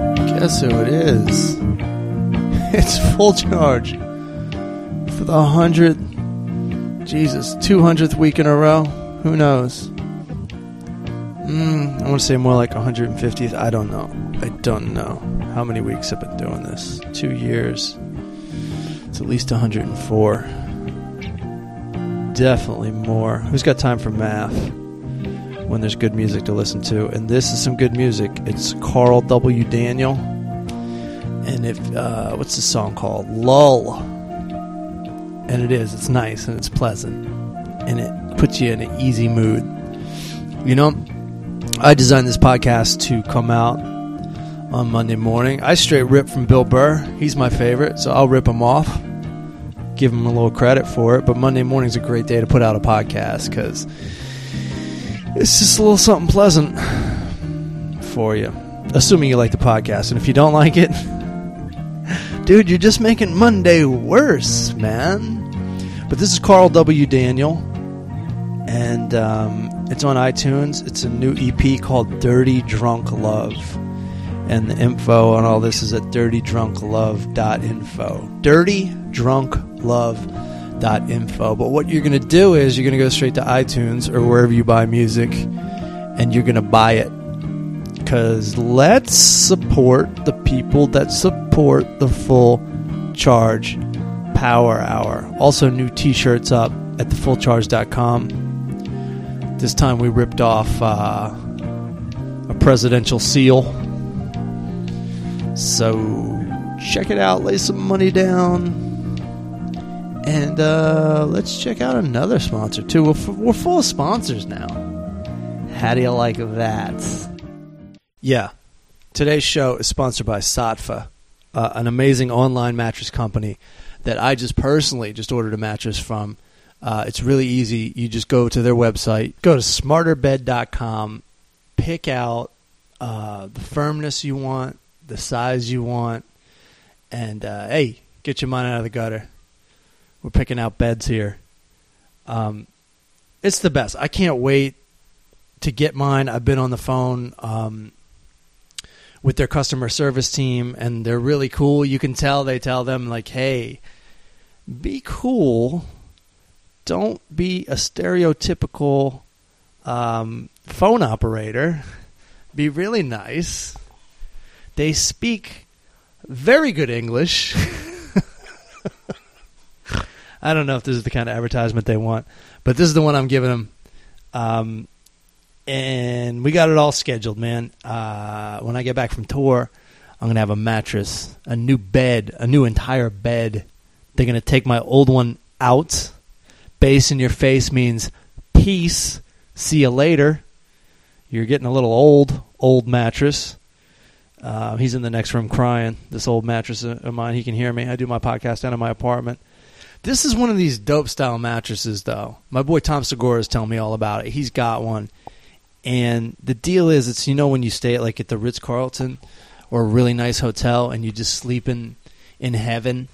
episode is. It's full charge for the hundred, Jesus, two hundredth week in a row. Who knows? Mm, I want to say more like 150th. I don't know. I don't know how many weeks I've been doing this. Two years. It's at least 104. Definitely more. Who's got time for math? when there's good music to listen to. And this is some good music. It's Carl W. Daniel. And if, uh, what's the song called? Lull. And it is. It's nice and it's pleasant. And it puts you in an easy mood. You know, I designed this podcast to come out on Monday morning. I straight rip from Bill Burr. He's my favorite, so I'll rip him off. Give him a little credit for it. But Monday morning's a great day to put out a podcast because it's just a little something pleasant for you. Assuming you like the podcast. And if you don't like it, dude, you're just making Monday worse, man. But this is Carl W. Daniel. And um, it's on iTunes. It's a new EP called Dirty Drunk Love. And the info on all this is at dirtydrunklove.info. Dirtydrunklove.info dot info. But what you're gonna do is you're gonna go straight to iTunes or wherever you buy music, and you're gonna buy it. Cause let's support the people that support the full charge power hour. Also, new T-shirts up at thefullcharge.com. This time we ripped off uh, a presidential seal. So check it out. Lay some money down. And uh, let's check out another sponsor too. We're, f- we're full of sponsors now. How do you like that? Yeah, today's show is sponsored by Satfa, uh, an amazing online mattress company that I just personally just ordered a mattress from. Uh, it's really easy. You just go to their website, go to smarterbed.com, pick out uh, the firmness you want, the size you want, and uh, hey, get your mind out of the gutter. We're picking out beds here. Um, it's the best. I can't wait to get mine. I've been on the phone um, with their customer service team, and they're really cool. You can tell they tell them like, "Hey, be cool. Don't be a stereotypical um, phone operator. Be really nice." They speak very good English. I don't know if this is the kind of advertisement they want, but this is the one I'm giving them. Um, and we got it all scheduled, man. Uh, when I get back from tour, I'm gonna have a mattress, a new bed, a new entire bed. They're gonna take my old one out. Base in your face means peace. See you later. You're getting a little old, old mattress. Uh, he's in the next room crying. This old mattress of mine, he can hear me. I do my podcast down in my apartment. This is one of these dope style mattresses, though. My boy Tom Segura is telling me all about it. He's got one, and the deal is, it's you know when you stay at like at the Ritz Carlton or a really nice hotel, and you just sleep in in heaven,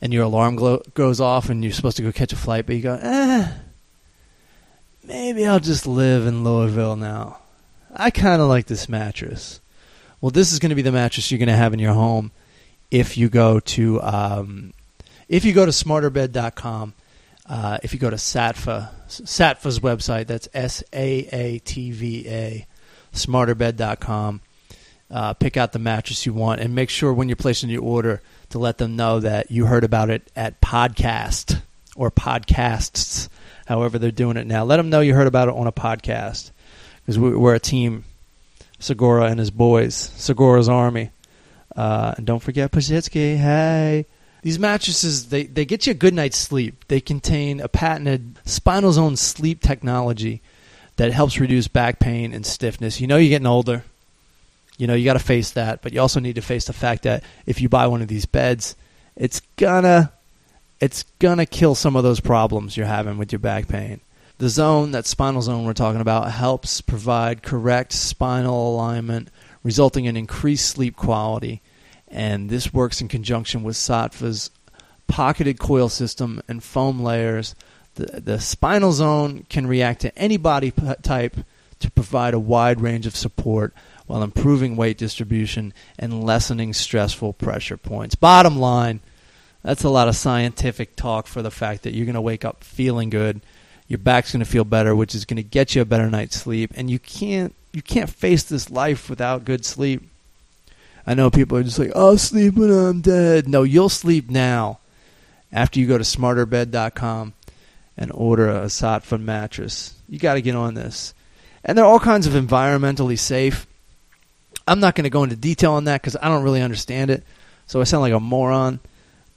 and your alarm glo- goes off, and you're supposed to go catch a flight, but you go, eh, maybe I'll just live in Louisville now. I kind of like this mattress. Well, this is going to be the mattress you're going to have in your home if you go to um, if you go to smarterbed.com, uh, if you go to Satva, Satva's website, that's S A A T V A, smarterbed.com, uh, pick out the mattress you want and make sure when you're placing your order to let them know that you heard about it at podcast or podcasts, however they're doing it now. Let them know you heard about it on a podcast because we're a team, Segura and his boys, Segura's Army. Uh, and don't forget Pajitsky. Hey. These mattresses, they, they get you a good night's sleep. They contain a patented spinal zone sleep technology that helps reduce back pain and stiffness. You know you're getting older. You know you got to face that, but you also need to face the fact that if you buy one of these beds, it's gonna it's gonna kill some of those problems you're having with your back pain. The zone, that spinal zone we're talking about, helps provide correct spinal alignment, resulting in increased sleep quality. And this works in conjunction with Satva's pocketed coil system and foam layers. The, the spinal zone can react to any body p- type to provide a wide range of support while improving weight distribution and lessening stressful pressure points. Bottom line, that's a lot of scientific talk for the fact that you're going to wake up feeling good. Your back's going to feel better, which is going to get you a better night's sleep. And you can't you can't face this life without good sleep. I know people are just like, I'll sleep when I'm dead. No, you'll sleep now after you go to smarterbed.com and order a Satva mattress. You got to get on this. And they're all kinds of environmentally safe. I'm not going to go into detail on that because I don't really understand it. So I sound like a moron.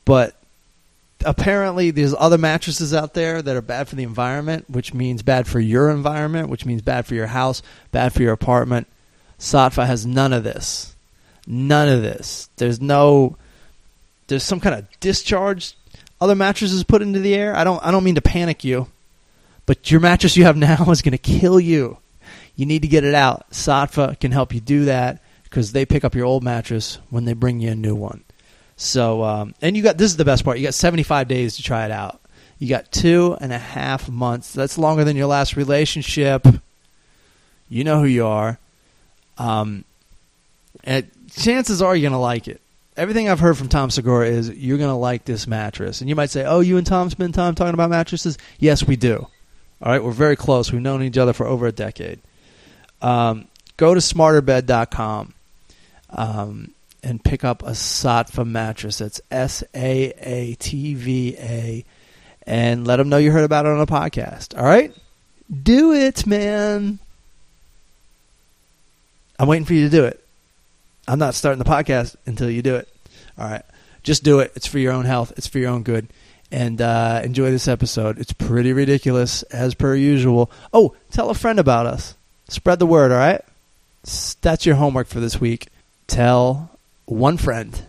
But apparently, there's other mattresses out there that are bad for the environment, which means bad for your environment, which means bad for your house, bad for your apartment. Satva has none of this none of this. There's no there's some kind of discharge other mattresses put into the air. I don't I don't mean to panic you, but your mattress you have now is going to kill you. You need to get it out. Satva can help you do that because they pick up your old mattress when they bring you a new one. So um, and you got this is the best part. You got 75 days to try it out. You got two and a half months. That's longer than your last relationship. You know who you are. Um, and Eh, chances are you're going to like it. Everything I've heard from Tom Segura is you're going to like this mattress. And you might say, oh, you and Tom spend time talking about mattresses? Yes, we do. All right, we're very close. We've known each other for over a decade. Um, go to smarterbed.com um, and pick up a Satva mattress. That's S A A T V A. And let them know you heard about it on a podcast. All right? Do it, man. I'm waiting for you to do it. I'm not starting the podcast until you do it. All right. Just do it. It's for your own health, it's for your own good. And uh, enjoy this episode. It's pretty ridiculous, as per usual. Oh, tell a friend about us. Spread the word, all right? S- That's your homework for this week. Tell one friend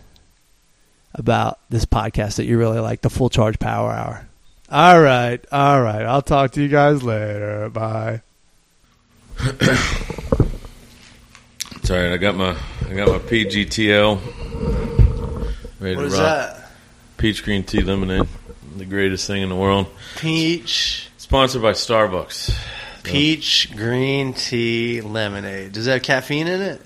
about this podcast that you really like, the Full Charge Power Hour. All right. All right. I'll talk to you guys later. Bye. It's all right. I got my I got my PGTL ready to rock. Peach green tea lemonade, the greatest thing in the world. Peach, Sponsored by Starbucks. peach, green tea, lemonade. Does that have caffeine in it?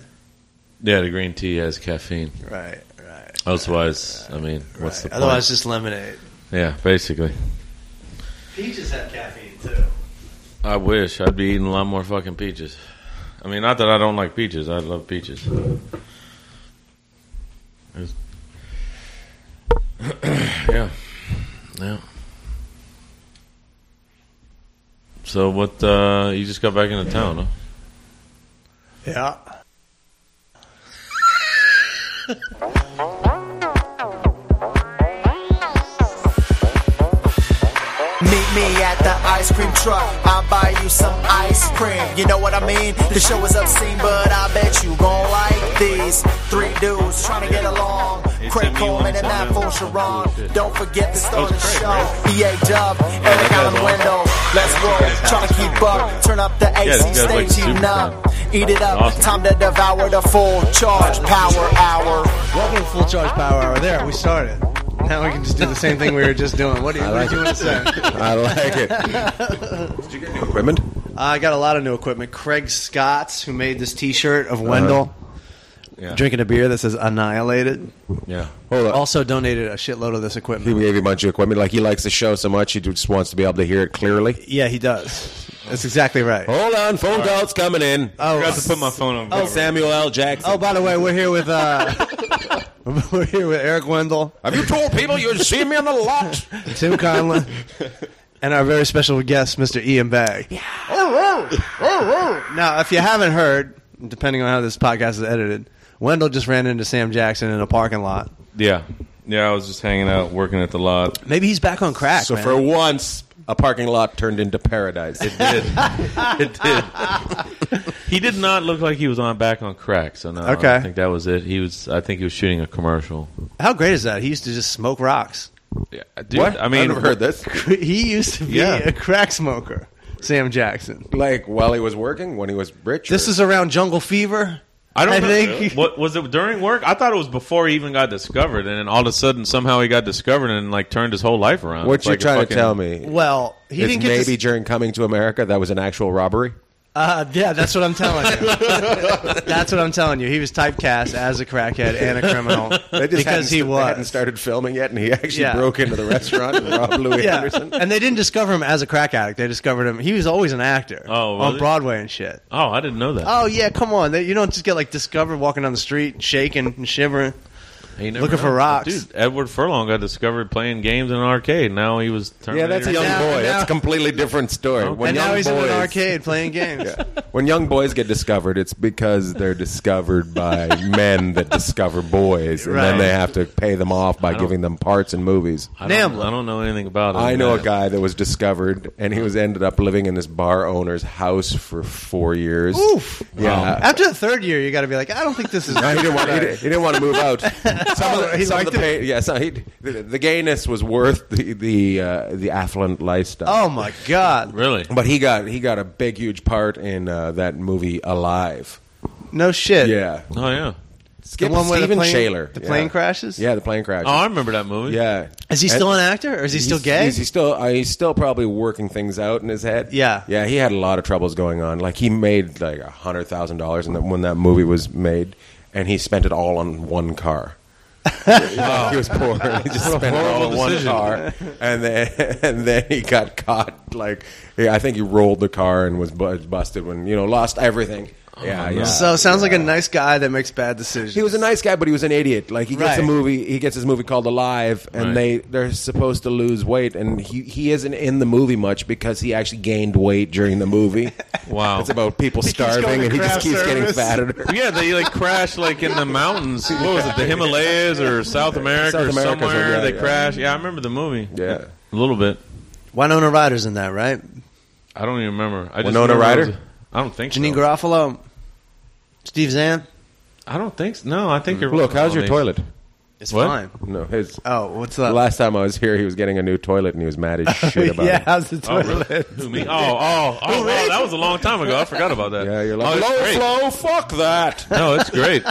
Yeah, the green tea has caffeine. Right, right. Otherwise, I mean, what's the right. point? Otherwise, just lemonade. yeah, basically. Peaches have caffeine too. I wish I'd be eating a lot more fucking peaches. I mean, not that I don't like peaches. I love peaches. It's- yeah, yeah. So what? uh You just got back into town, huh? Yeah. Meet me at the ice cream truck. I'll buy you some ice cream. You know what I mean? The show is obscene, but I bet you gon' like these three dudes trying to get along. He Craig sent me one Coleman and time. Matt Sharon. Don't forget to start the was Craig, show. EA Dub, Eric guys Allen all- Window. Let's roll. Trying to keep up. Turn up the this AC, guy's stay like a tuned superstar. up. Eat it up. Awesome. Time to devour the full charge power hour. Welcome to Full Charge Power Hour. There, we started. Now we can just do the same thing we were just doing. What do you, what did you want to say? I like it. Did you get new equipment? I got a lot of new equipment. Craig Scotts, who made this T-shirt of Wendell Uh-huh. Yeah. drinking a beer that says "Annihilated," Yeah. Hold on. also donated a shitload of this he equipment. gave you a bunch of equipment. Like he likes the show so much, he just wants to be able to hear it clearly. Yeah, he does. That's exactly right. Hold on, phone calls coming in. I forgot to put my phone on. vibrate. Samuel L. Jackson. Oh, by the way, we're here with uh, we're here with Eric Wendell, Have you told people you've seen me on the lot? Tim Conlon, and our very special guest, Mr. Ian Bag. now, if you haven't heard, depending on how this podcast is edited, Wendell just ran into Sam Jackson in a parking lot. Yeah. Yeah, I was just hanging out, working at the lot. Maybe he's back on crack. So man. for once, a parking lot turned into paradise. did. it did. he did not look like he was on back on crack. So no, I Okay. think that was it. He was. I think he was shooting a commercial. how great is that? He used to just smoke rocks. Yeah, dude. what? I mean, I've never heard this. He used to be Yeah. a crack smoker. Sam Jackson. Like while he was working, when he was rich. This or- is around Jungle Fever. I don't know. think. What was it during work? I thought it was before he even got discovered, and then all of a sudden, somehow he got discovered and like turned his whole life around. what It's you're like a trying fucking- to tell me. Well, he is didn't get maybe this- during coming to America that was an actual robbery. Uh, yeah, that's what I'm telling you. that's what I'm telling you. He was typecast as a crackhead and a criminal They just because hadn't- he they hadn't was. started filming yet, and he actually Yeah. broke into the restaurant and robbed Louis Yeah, Anderson. and they didn't discover him as a crack addict. They discovered him. He was always an actor Oh, on really? Broadway and shit. Oh, I didn't know that. Oh yeah, come on. They, you don't just get like discovered walking down the street, shaking and shivering. He never Looking for knows. rocks. dude. Edward Furlong got discovered playing games in an arcade. Now he was Yeah, Terminator. that's a young now- boy. That's now- a completely different story. When and young now he's in boys- an arcade playing games. When young boys get discovered, it's because they're discovered by men that discover boys, and Right. then they have to pay them off by don't- giving them parts in movies. I don't, Nambla. I don't know anything about it. I know a guy that was discovered, and he was ended up living in this bar owner's house for four years. Oof. Um, Yeah. After the third year, you got to be like, I don't think this is. No, he didn't want. He didn't, he didn't want to move out. Some of the, he some of liked the it. pain, yeah, so he, the, the gayness was worth the the uh, the affluent lifestyle. oh my god! Really? But he got he got a big huge part in uh, that movie Alive. No shit. Yeah, Oh yeah. Skip one where the Steven plane- Shaler. the Yeah. plane crashes? Yeah, the plane crashes. Oh, I remember that movie. yeah. Is he And still an actor, or is he still he's- gay? He's, he's still uh, he's still probably working things out in his head. Yeah. yeah. He had a lot of troubles going on. Like he made like a hundred thousand dollars when that movie was made, and he spent it all on one car. Like, he was poor. and He just spent it all on one car, and then and then he got caught. Like yeah, I think he rolled the car and was bu- busted when you know lost everything. Yeah, yeah. Oh, so sounds like yeah. a nice guy that makes bad decisions. He was a nice guy, but he was an idiot. Like he gets Right. a movie, he gets his movie called Alive, and Right. they they're supposed to lose weight, and he he isn't in the movie much because he actually gained weight during the movie. Wow. it's about people going starving, to and he just craft keeps getting service. fatter. Yeah, they like crashed like in the mountains. What was it? The Himalayas or South America South or America, so somewhere? yeah, they yeah. crashed. Yeah, I remember the movie. Yeah. a little bit. Winona Ryder's in that, right? I don't even remember. I just Winona remember Ryder? it was a- I don't think Janine so. Garofalo, Steve Zahn. I don't think so. No, I think you're. Mm. Look, right how's on your these. toilet? It's What? fine. No, his. Oh, what's The up? last time I was here, he was getting a new toilet, and he was mad as shit about yeah, it. how's the Oh, toilet? really? Who me? Oh, oh, oh! wow, that was a long time ago. I forgot about that. Yeah, you're Oh, like it's low great. flow, fuck that. No, it's great.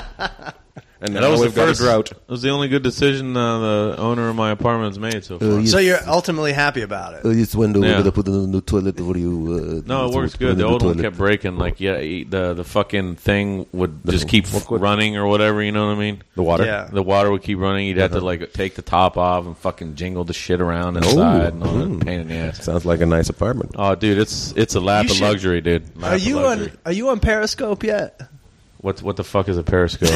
And That was now the we've got a first drought. It was the only good decision uh, the owner of my apartment's made so Uh, far. So you're ultimately happy about it. this window, Yeah. Uh, we're gonna put in a new toilet over you. Uh, No, it works good. The old one kept breaking. Like yeah, he- the the fucking thing would just keep running or whatever. You know what I mean? The Uh-huh. water. Yeah. The water would keep running. You'd have to like take the top off and fucking jingle the shit Oh, around inside and all hmm. that pain in the ass. Sounds like a nice apartment. Oh, dude, it's it's a lap You of should- luxury, dude. Lap Are of you luxury. on? Are you on Periscope yet? What what the fuck is a periscope?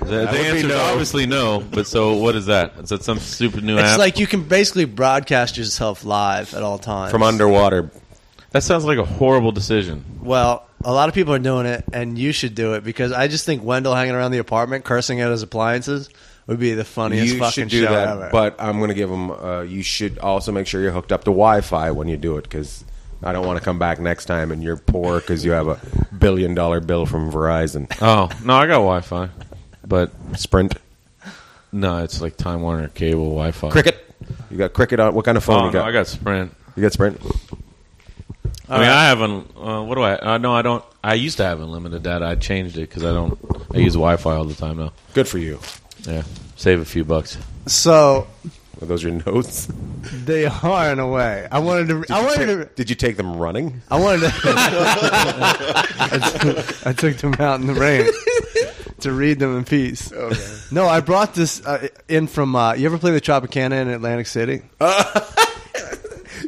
the the answer is obviously no. But so what is that? Is that some stupid new It's app? like you can basically broadcast yourself live at all times From underwater. that sounds like a horrible decision. Well, a lot of people are doing it, and you should do it because I just think Wendell hanging around the apartment cursing at his appliances would be the funniest you fucking should do show that, ever. but I'm going to give them. Uh, you should also make sure you're hooked up to Wi-Fi when you do it, because I don't want to come back next time and you're poor because you have a billion dollar bill from Verizon, Oh no, I got Wi-Fi, but Sprint, no, it's like Time Warner cable Wi-Fi. Cricket. You got Cricket on. What kind of phone Oh, you no, got? I got Sprint. You got Sprint. I mean, I haven't. Uh, what do I? Uh, no, I don't. I used to have unlimited data. I changed it because I don't. I use Wi-Fi all the time now. Good for you. Yeah, save a few bucks. so Are those your notes? they are in a way. I wanted to. I wanted to. Did you take them running? I wanted to. I, took, I took them out in the rain to read them in peace. No, I brought this uh, in from. Uh, you ever play the Tropicana in Atlantic City?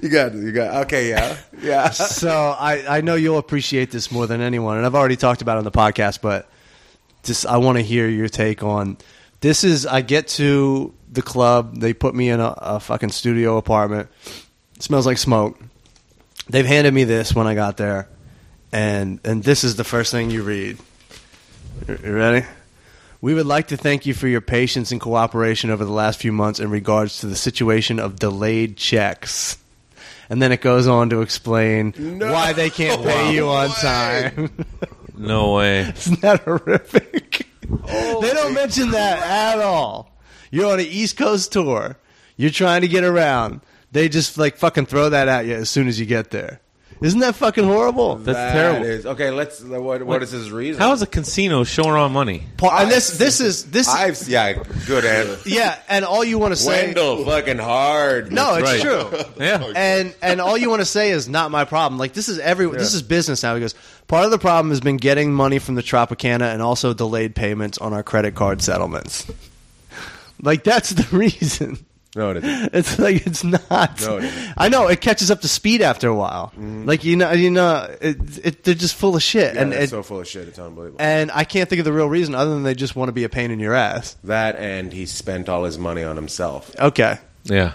You got. You got. Okay. Yeah. Yeah. so I, I know you'll appreciate this more than anyone, and I've already talked about it on the podcast, but just I want to hear your take on this. Is I get to the club, they put me in a, a fucking studio apartment. It smells like smoke. They've handed me this when I got there, and and this is the first thing you read. You you ready? We would like to thank you for your patience and cooperation over the last few months in regards to the situation of delayed checks. And then it goes on to explain why they can't pay you on time. No way. Isn't that horrific? they don't mention that at all. You're on an East Coast tour. You're trying to get around. They just like fucking throw that at you as soon as you get there. Isn't that fucking horrible? That's terrible. okay, let's. uh, What, what is his reason? How is a casino showing on money? Paul, and this this is this I've yeah, good answer. yeah, and all you want to say Wendell, fucking hard. No, Right. it's true. Yeah. and and all you want to say is not my problem. Like this is every this is business now. He goes, part of the problem has been getting money from the Tropicana and also delayed payments on our credit card settlements. Like that's the reason. no, it isn't. It's like it's not. No, it isn't. Mm-hmm. I know it catches up to speed after a while. Like you know, you know, it, it, they're just full of shit, Yeah, and that's it, so full of shit. It's unbelievable. and I can't think of the real reason other than they just want to be a pain in your ass. that and he spent all his money on himself. Okay, Yeah.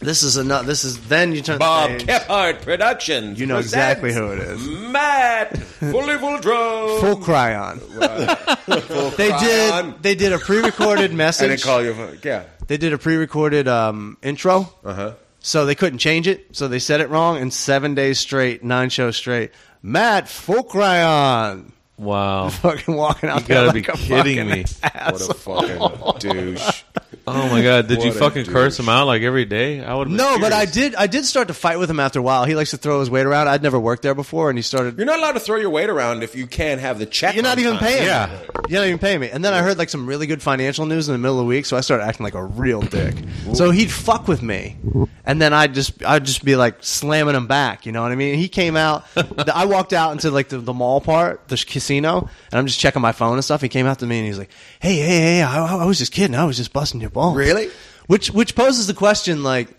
this is enough. This is then you turn. the Bob page. Kephart Productions. you know exactly who it is. Matt Fulivaldro. Full cryon. they Cryon. did. They did a pre-recorded And then message. call you. Yeah. They did a pre-recorded um, intro, Uh huh. so they couldn't change it. So they said it wrong, and seven days straight, nine shows straight. Matt Fulcryon Wow. fucking walking out You gotta there like be a kidding fucking me. What a fucking douche. Oh my god. Did you What a fucking curse douche. him out like every day? I would. No, but I did. I did start to fight with him after a while. He likes to throw his weight around. I'd never worked there before, and he started. You're not allowed to throw your weight around if you can't have the check. You're not on even time. paying. Yeah. me. You're not even paying me. And then I heard like some really good financial news in the middle of the week, so I started acting like a real dick. so he'd fuck with me, and then I'd just I'd just be like slamming him back. You know what I mean? He came out. the- I walked out into like the, the mall part, the sh- casino, and I'm just checking my phone and stuff. He came out to me and he's like, "Hey, hey, hey! I, I- I was just kidding. I was just busting your balls." Really? Which which poses the question like.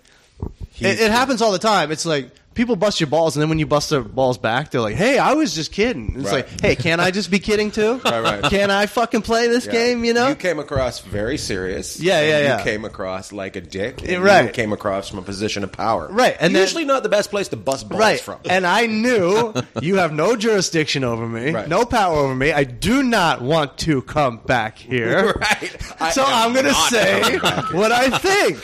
It, it happens all the time. It's like people bust your balls, and then when you bust their balls back, they're like, "Hey, I was just kidding." It's Right. like, "Hey, can I just be kidding too? Right, right. Can I fucking play this Yeah. game?" You know? you came across very serious. Yeah, yeah, and yeah. You came across like a dick. and Yeah, right. You came across from a position of power. Right, and then- usually not the best place to bust balls right. from. And I knew you have no jurisdiction over me, Right. no power over me. I do not want to come back here. right. I So am I'm gonna not say coming back. what I think.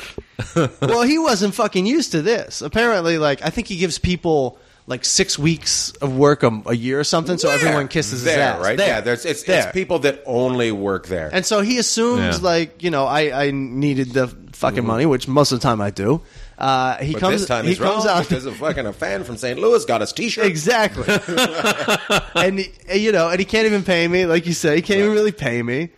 well, he wasn't fucking used to this. Apparently, like I think he gives people like six weeks of work a, a year or something, so There. everyone kisses there, his ass. Right? There. Yeah. There's it's, There. it's people that only work there. And so he assumes, Yeah. like, you know, I, I needed the fucking money, which most of the time I do. Uh, he but comes, this time he he's comes wrong out because a fucking a fan from St. Louis got his T-shirt. exactly, and he- and, you know, and he can't even pay me, like you said, he can't even really pay me.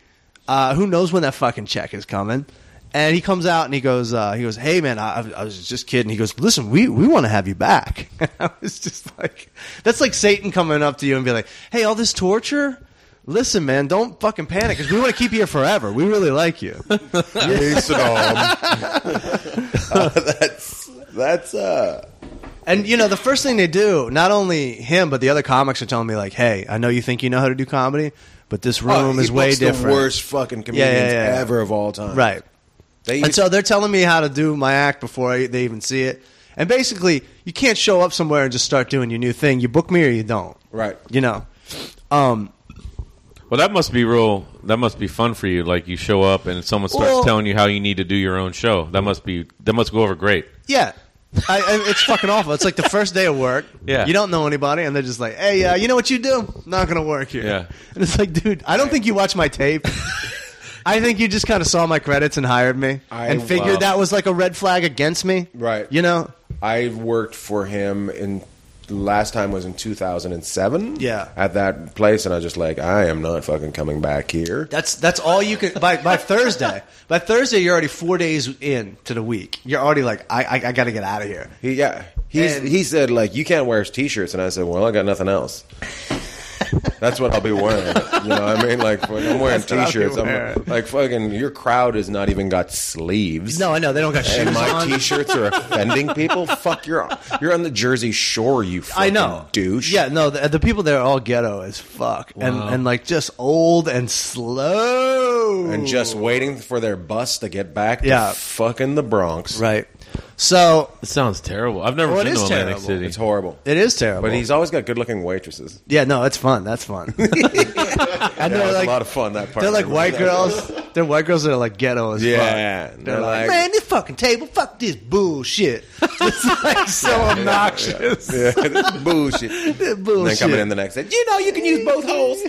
Uh, who knows when that fucking check is coming? And he comes out and he goes, uh, he goes, hey man, I, I was just kidding. He goes, listen, we, we want to have you back. I was just like, that's like Satan coming up to you and be like, hey, all this torture. Listen, man, don't fucking panic because we want to keep you here forever. We really like you. Uh, that's that's uh. And you know, the first thing they do, not only him but the other comics are telling me like, "Hey, I know you think you know how to do comedy, but this room Oh, he is way books different." The worst fucking comedians yeah. ever of all time. Right. They And so they're telling me how to do my act before I, they even see it. And basically, you can't show up somewhere and just start doing your new thing. You book me or you don't. Right. You know. Um, Well, that must be real. That must be fun for you. Like you show up and someone starts Well- telling you how you need to do your own show. That must be. That must go over great. yeah. I, I, it's fucking awful. It's like the first day of work. Yeah. You don't know anybody, and they're just like, "Hey, uh, you know what you do? Not gonna work here." Yeah. And it's like, dude, I don't think you watched my tape. I think you just kind of saw my credits and hired me I- and figured wow. that was like a red flag against me. Right. You know? I worked for him in last time was in 2007. Yeah. At that place and I was just like I am not fucking coming back here. That's that's all you can by by Thursday. By Thursday you're already 4 days in to the week. You're already like I I, I got to get out of here. He yeah. He's, And- he said like you can't wear his t-shirts and I said well I got nothing else. That's what I'll be wearing. You know what I mean? Like when I'm wearing I'll be t-shirts. wearing. I'm like fucking your crowd has not even got sleeves. No, I know they don't got shoes And my on. t-shirts are offending people. Fuck, you're you're on the Jersey Shore, you fucking I know, douche. Yeah, no, the, the people there are all ghetto as fuck, and and like just old and slow, and just waiting for their bus to get back to Yeah. fucking the Bronx. right. So It sounds terrible. I've never Well, it been to is Atlantic terrible. City. It's horrible. it is terrible. But he's always got good-looking waitresses. Yeah, no, it's fun. That's fun. and That they're was like a lot of fun. That part. they're like Remember white that? girls. They're white girls that are like ghetto as Yeah, fuck. yeah. They're, They're like, like- man, this fucking table, fuck this bullshit. it's like so obnoxious. Yeah, that's Bullshit. bullshit. And then coming in the next day, you know, you can use both holes.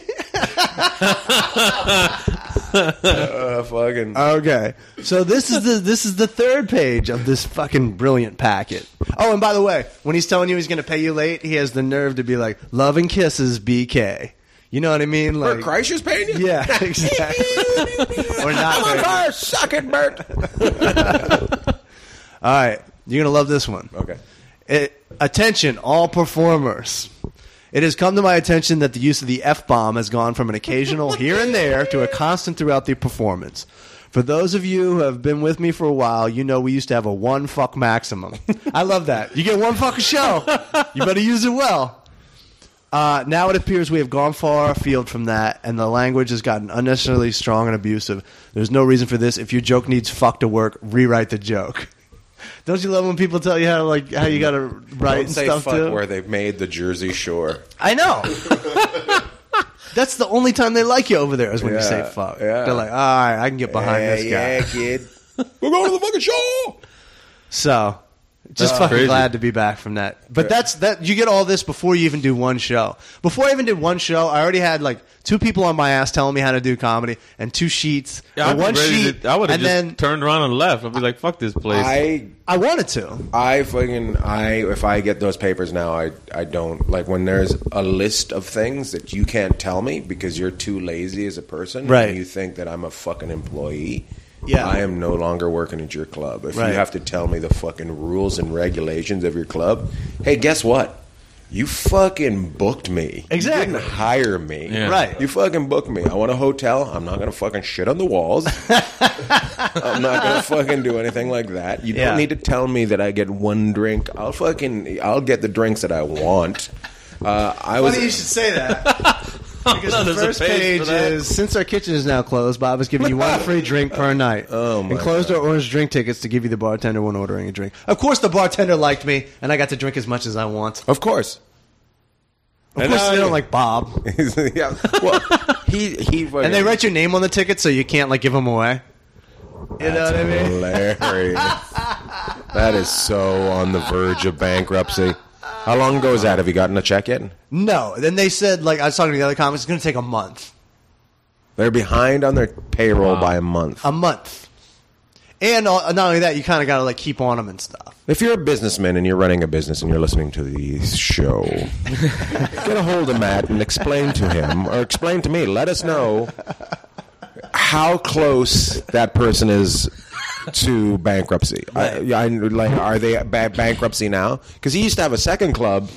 Uh, fucking. Okay. So this is the this is the third page of this fucking brilliant packet. Oh, and by the way, when he's telling you he's going to pay you late, he has the nerve to be like, "Love and kisses, BK." You know what I mean? Like, Bert Kreischer's paying you? yeah, exactly. or not. I'm on paying. fire. Suck it, Bert. All right, you're gonna love this one. Okay. It, Eh, attention, all performers. It has come to my attention that the use of the F bomb has gone from an occasional here and there to a constant throughout the performance. For those of you who have been with me for a while, you know we used to have a one fuck maximum. I love that. You get one fucking show. You better use it well. Uh, now it appears we have gone far afield from that, and the language has gotten unnecessarily strong and abusive. There's no reason for this. If your joke needs fuck to work, rewrite the joke. Don't you love when people tell you how like how you gotta write Don't say stuff fuck too? where they made the Jersey Shore. I know. That's the only time they like you over there is when you Yeah, say fuck. yeah. They're like, all right, I can get behind yeah, this guy. yeah, kid. We're going to the fucking show. So, just fucking crazy. glad to be back from that. But that's that. You get all this before you even do one show. Before I even did one show, I already had like two people on my ass telling me how to do comedy and two sheets. Yeah, and I'd one be ready sheet, to- I would have and just then turned around and left. I'd be like, "Fuck this place." I I wanted to. I fucking I if I get those papers now I I don't like when there's a list of things that you can't tell me because you're too lazy as a person Right. and you think that I'm a fucking employee. Yeah. I am no longer working at your club. If Right. you have to tell me the fucking rules and regulations of your club, hey, guess what? You fucking booked me. Exactly. You didn't hire me. Yeah. Right. You fucking booked me. I want a hotel. I'm not gonna fucking shit on the walls. I'm not gonna fucking do anything like that. You Yeah. don't need to tell me that I get one drink. I'll fucking I'll get the drinks that I want. Uh, I was Funny you should say that. Because the there's a first page page for that. is since our kitchen is now closed, Bob is giving you one free drink per night. Oh, my Enclosed are orange drink tickets to give you the bartender when ordering a drink. Of course, the bartender liked me, and I got to drink as much as I want. of course. Of And course, I- they don't like Bob, yeah. Well, he he fucking, and they write your name on the ticket so you can't like give them away. You know what I mean? hilarious. that is so on the verge of bankruptcy. How long ago is that? Have you gotten a check yet? No. Then they said like I was talking to the other comics. It's going to take a month. They're behind on their payroll by a month. A month. And uh, not only that, you kind of got to like keep on them and stuff. If you're a businessman and you're running a business and you're listening to the show, get a hold of Matt and explain to him or explain to me. Let us know how close that person is to bankruptcy. I- I, like, are they at ba- bankruptcy now? Because he used to have a second club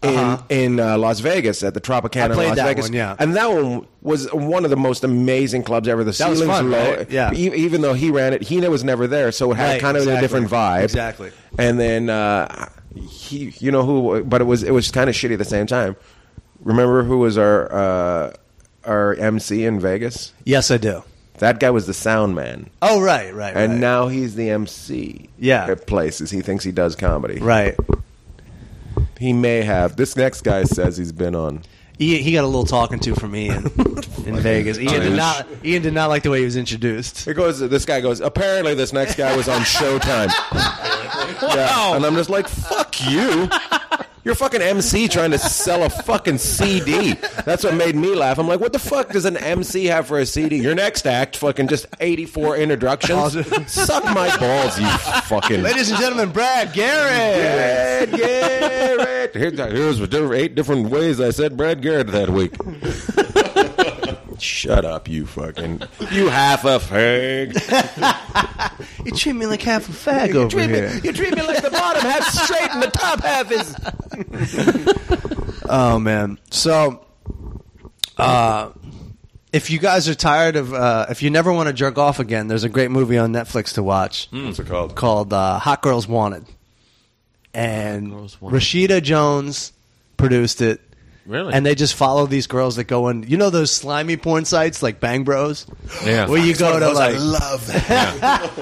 in in uh, Las Vegas at the Tropicana Uh-huh. I played in Las that Vegas. one, yeah. And that one was one of the most amazing clubs ever. The That was ceilings fun, low. right? Yeah. E- even though he ran it, he was never there, so it had Right, kind of a exactly. different vibe. Exactly. And then uh, he, you know who, but it was it was kind of shitty at the same time. Remember who was our uh, our MC in Vegas? Yes, I do. That guy was the sound man, Oh right, right, and right. now he's the MC. Yeah. at places he thinks he does comedy. right. He may have. This next guy says he's been on. Ian, he got a little talking to from Ian in Vegas. Ian did not. Ian did not like the way he was introduced. It goes. This guy goes. Apparently, this next guy was on Showtime. wow. And I'm just like, fuck you. You're a fucking MC trying to sell a fucking CD. That's what made me laugh. I'm like, what the fuck does an MC have for a CD? Your next act, fucking just 84 introductions. Suck my balls, you fucking. Ladies and gentlemen, Brad Garrett. Brad Garrett. Here- Here's what- there were eight different ways I said Brad Garrett that week. Shut up, you fucking. You half a fag. You treat me like half a fag over here. You treat me like the bottom half straight and the top half is. Oh man. So, uh, if you guys are tired of, uh, if you never want to jerk off again, there's a great movie on Netflix to watch What's it called? called uh, Hot Girls Wanted, and Girls Wanted. Rashida Jones produced it. really? And they just follow these girls that go in. You know those slimy porn sites like Bang Bros, yeah, where you go to like love that.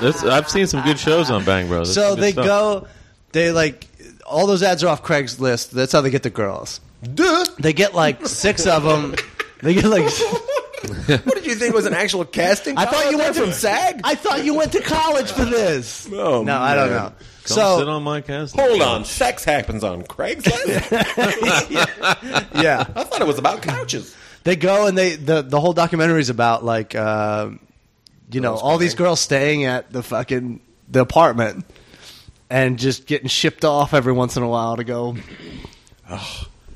That's- I've seen some good shows on Bang Bros. That's So some good they stuff. go, they like all those ads are off Craigslist. That's how they get the girls. Duh. They get like six of them. They get like. What did you think was an actual casting? I thought you went to from SAG. I thought you went to college for this. Oh, no, I don't man. know. Come so sit on my cast. Hold on, sex happens on Craigslist. yeah, I thought it was about couches. They go and they the the whole documentary is about like uh, you know Girls all these going. girls staying at the fucking the apartment and just getting shipped off every once in a while to go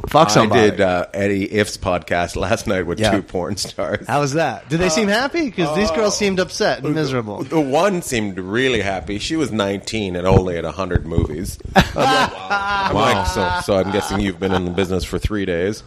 fuck somebody. I did uh, Eddie If's podcast last night with Yeah. two porn stars. How was that? Did they seem happy? Because these girls seemed upset and miserable. The one seemed really happy. She was 19 and only at 100 movies. I'm like, I'm like, so, so I'm guessing you've been in the business for three days.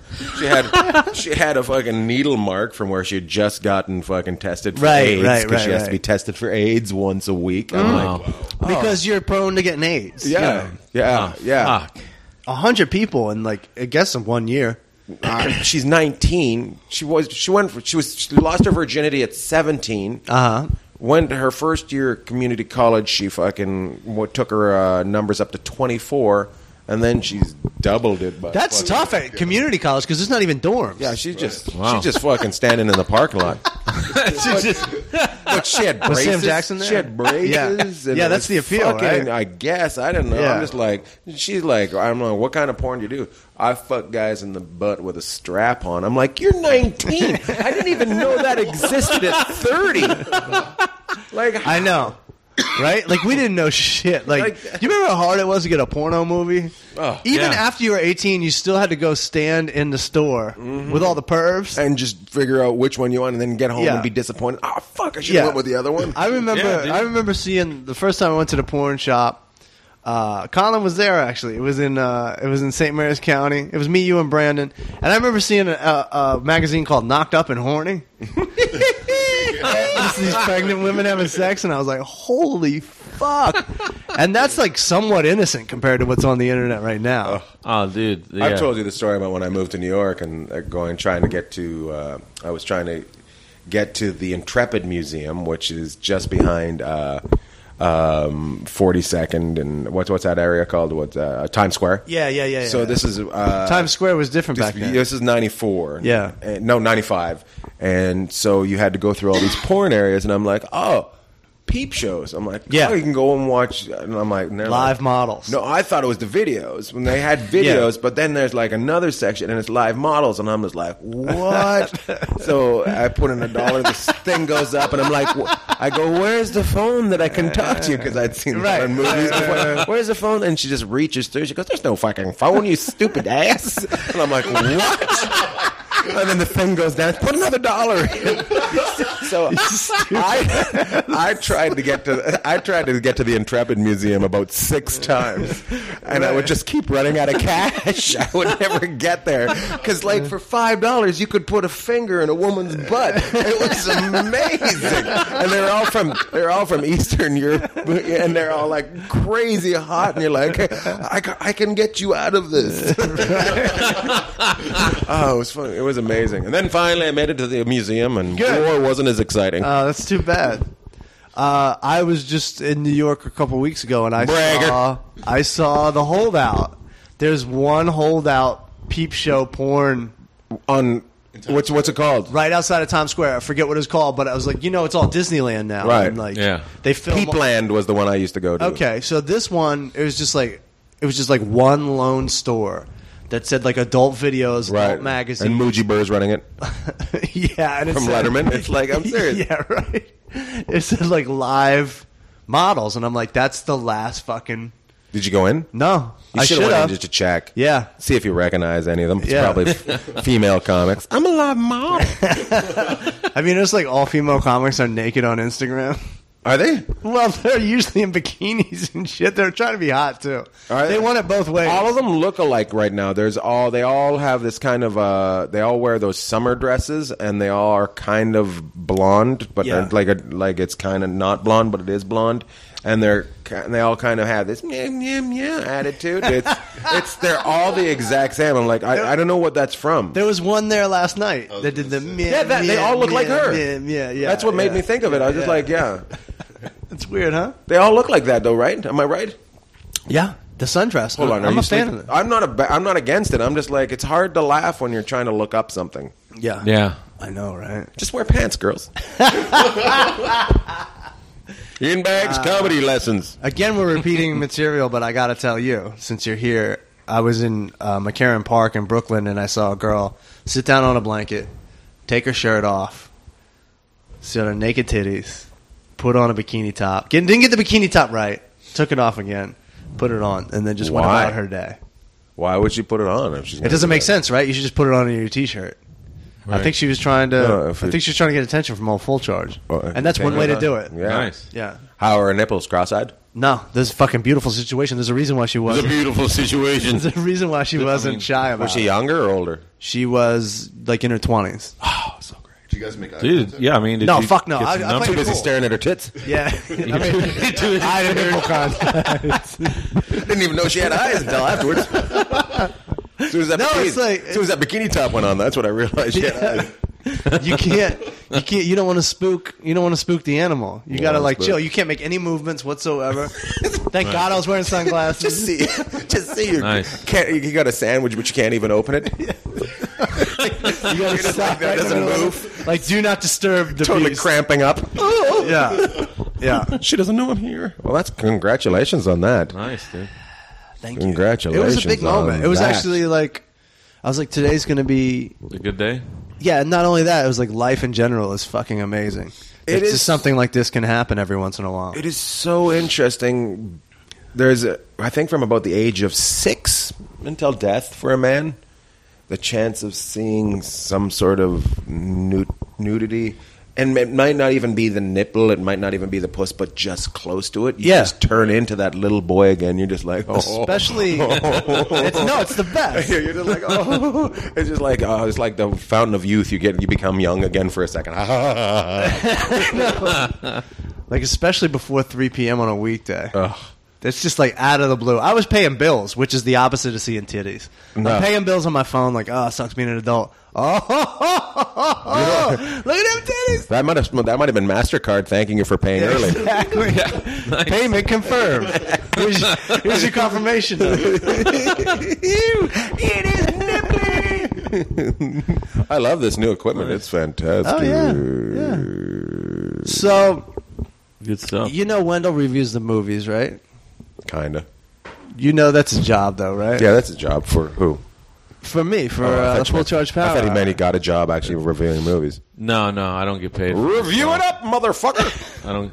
She had she had a fucking needle mark from where she had just gotten fucking tested for Right, AIDS right, right, she has right. to be tested for AIDS once a week. Mm. I'm like, Because you're prone to getting AIDS. you yeah, know. yeah, yeah. Fuck. A hundred people in like I guess in one year. Uh, She's 19. She was she went for, she was she lost her virginity at 17. Uh huh. When her first year at community college, she fucking w- took her uh, numbers up to 24, and then she's doubled it. By That's fucking- tough at community college because there's not even dorms. Yeah, she's just Wow. she's just fucking standing in the parking lot. But she had Was braces. Sam Jackson there? She had braces. Yeah. and Yeah, it that's was the appeal, fucking- right? I guess I don't know. Yeah. I'm just like she's like I don't know what kind of porn do you do. I fuck guys in the butt with a strap on. I'm like you're 19. I didn't even know that existed at 30. Like I know. Right? Like we didn't know shit. Like, Like- do you remember how hard it was to get a porno movie? Oh, Even yeah. after you were 18, you still had to go stand in the store with all the pervs. and just figure out which one you want, and then get home Yeah. and be disappointed. Oh fuck! I should have Yeah. went with the other one. I remember. Yeah, dude. I remember seeing the first time I went to the porn shop. Uh, Colin was there actually. It was in uh, it was in St. Mary's County. It was me, you, and Brandon. And I remember seeing a, a, a magazine called Knocked Up and Horny. Just these pregnant women having sex, and I was like, "Holy fuck!" And that's like somewhat innocent compared to what's on the internet right now. Oh, dude. Yeah. I've told you the story about when I moved to New York and uh, going trying to get to. Uh, I was trying to get to the Intrepid Museum, which is just behind uh, um, 42nd and what's what's that area called? What uh, Times Square? Yeah, yeah, yeah, So yeah. this is uh, Times Square was different this, back then. This is 94. Yeah. Uh, no, 95. And so you had to go through all these porn areas, and I'm like, oh, peep shows. I'm like, Yeah. oh, you can go and watch. And I'm like, no. Live models. No, I thought it was the videos when they had videos, but then there's like another section and it's live models, and I'm just like, what? so I put in a dollar, this thing goes up, and I'm like, wh- I go, where's the phone that I can talk to you? Because I'd seen Right. that in movies before. Where's the phone? And she just reaches through. She goes, there's no fucking phone, you stupid ass. And I'm like, what? And then the thing goes down. Put another dollar in. So I, I tried to get to I tried to get to the Intrepid Museum about six times, and I would just keep running out of cash. I would never get there because, like, for five dollars, you could put a finger in a woman's butt. It was amazing, and they're all from they're all from Eastern Europe, and they're all like crazy hot, and you're like, I, ca- I can get you out of this. oh, it was fun. It was amazing, and then finally I made it to the museum, and Good. war wasn't as exciting. Oh, that's too bad. Uh, I was just in New York a couple weeks ago, and I Bragger. saw I saw the holdout. There's one holdout peep show porn on what's what's it called? right outside of Times Square. I forget what it's called, but I was like, you know, it's all Disneyland now. Right. And, like, Yeah. They film. Peepland was the one I used to go to. Okay, so this one it was just like it was just like one lone store that said like adult videos, Right. adult magazine, And Muji Burr's running it. yeah, and it From said- Letterman? It's like, I'm serious. yeah, right. It said like live models, and I'm like, that's the last fucking Did you go in? no. You I should should've went in have. just to check. Yeah. See if you recognize any of them. It's Yeah. probably f- female comics. I'm a live model. Have you noticed like all female comics are naked on Instagram? Are they? Well, they're usually in bikinis and shit. They're trying to be hot too. All right. They want it both ways. All of them look alike right now. There's all they all have this kind of uh they all wear those summer dresses and they all are kind of blonde, but Yeah. they're like a, like it's kind of not blonde, but it is blonde. And they're ki- and they all kind of have this yeah yeah yeah attitude. It's it's they're all the exact same. I'm like I, I don't know what that's from. there was one there last night Oh, that did the meh, Yeah, that, they meh, all look meh, like her. meh, meh, yeah, That's what made yeah. me think of it. I was just Yeah. like, yeah, It's weird, huh? they all look like that though, right? Am I right? Yeah, the sundress. Hold on, are I'm you a fan of sleeping? it. I'm not a. ba- I'm not against it. I'm just like it's hard to laugh when you're trying to look up something. Yeah, Yeah. I know, right? Just wear pants, girls. In bags, Uh, comedy lessons. Again, we're repeating material, but I got to tell you, since you're here, I was in uh, McCarran Park in Brooklyn, and I saw a girl sit down on a blanket, take her shirt off, see her naked titties, put on a bikini top. Get, didn't get the bikini top right. Took it off again, put it on, and then just went Why? about her day. Why would she put it on? If she's It gonna doesn't do make that? sense, right? You should just put it on in your t-shirt. I Right. think she was trying to. No, I if it- think she was trying to get attention from all full charge, Well, if and that's you one take way it to off. do it. Yeah. Nice. Yeah. How are her nipples cross-eyed? No, this is a fucking beautiful situation. There's a reason why she was. beautiful situation. There's a reason why she wasn't mean, shy about Was she it. younger or older? She was like in her twenties. Did you guys make eye Dude, contact? yeah, I mean, did No, you fuck no. get I- some I numbers? fucking- Busy Cool. staring at her tits. Yeah, I mean, I had a nipple contact. Didn't even know she had eyes until afterwards. As soon as that, No, bikini, it's like- as soon as that bikini top went on, that's what I realized she had eyes. You can't. You can't. You don't want to spook. You don't want to spook the animal. You gotta don't like spook. chill. You can't make any movements whatsoever. Thank God I was wearing sunglasses. Just see, just see. You, Nice. can't, you got a sandwich, but you can't even open it. You gotta Just stop like that right in the doesn't middle of- Like, do not disturb the Totally beast. cramping up. Yeah, yeah. She doesn't know I'm here. Well, that's congratulations on that. Nice, dude. Thank you. It Congratulations. was a big on moment. It was that. actually like, I was like, today's gonna be. A good day. Yeah, and not only that, it was like life in general is fucking amazing. It it's is- just something like this can happen every once in a while. It is so interesting. There's, a, I think, from about the age of six until death for a man, the chance of seeing some sort of nu- nudity, and it might not even be the nipple, it might not even be the puss, but just close to it. You Yeah. just turn into that little boy again. You're just like, oh. Especially, it's, no, it's the best. You're just like, oh, it's just like, oh, it's like the fountain of youth. You get, you become young again for a second. Like especially before three p.m. on a weekday. Ugh. It's just like out of the blue. I was paying bills, which is the opposite of seeing titties. No. I'm paying bills on my phone, like, oh, sucks being an adult. Oh, look at them titties. that might have, that might have been Mastercard thanking you for paying early. Exactly. Payment confirmed. here's, here's your confirmation. I love this new equipment. It's fantastic. Oh yeah. yeah. So Good stuff. you know Wendell reviews the movies, right? Kinda. You know that's a job, though, right? Yeah, that's a job for who? For me, for Oh, I uh, thought you full meant- charge power. I thought he meant he got a job actually reviewing movies. No, no, I don't get paid. For Review this. it up, motherfucker. I don't.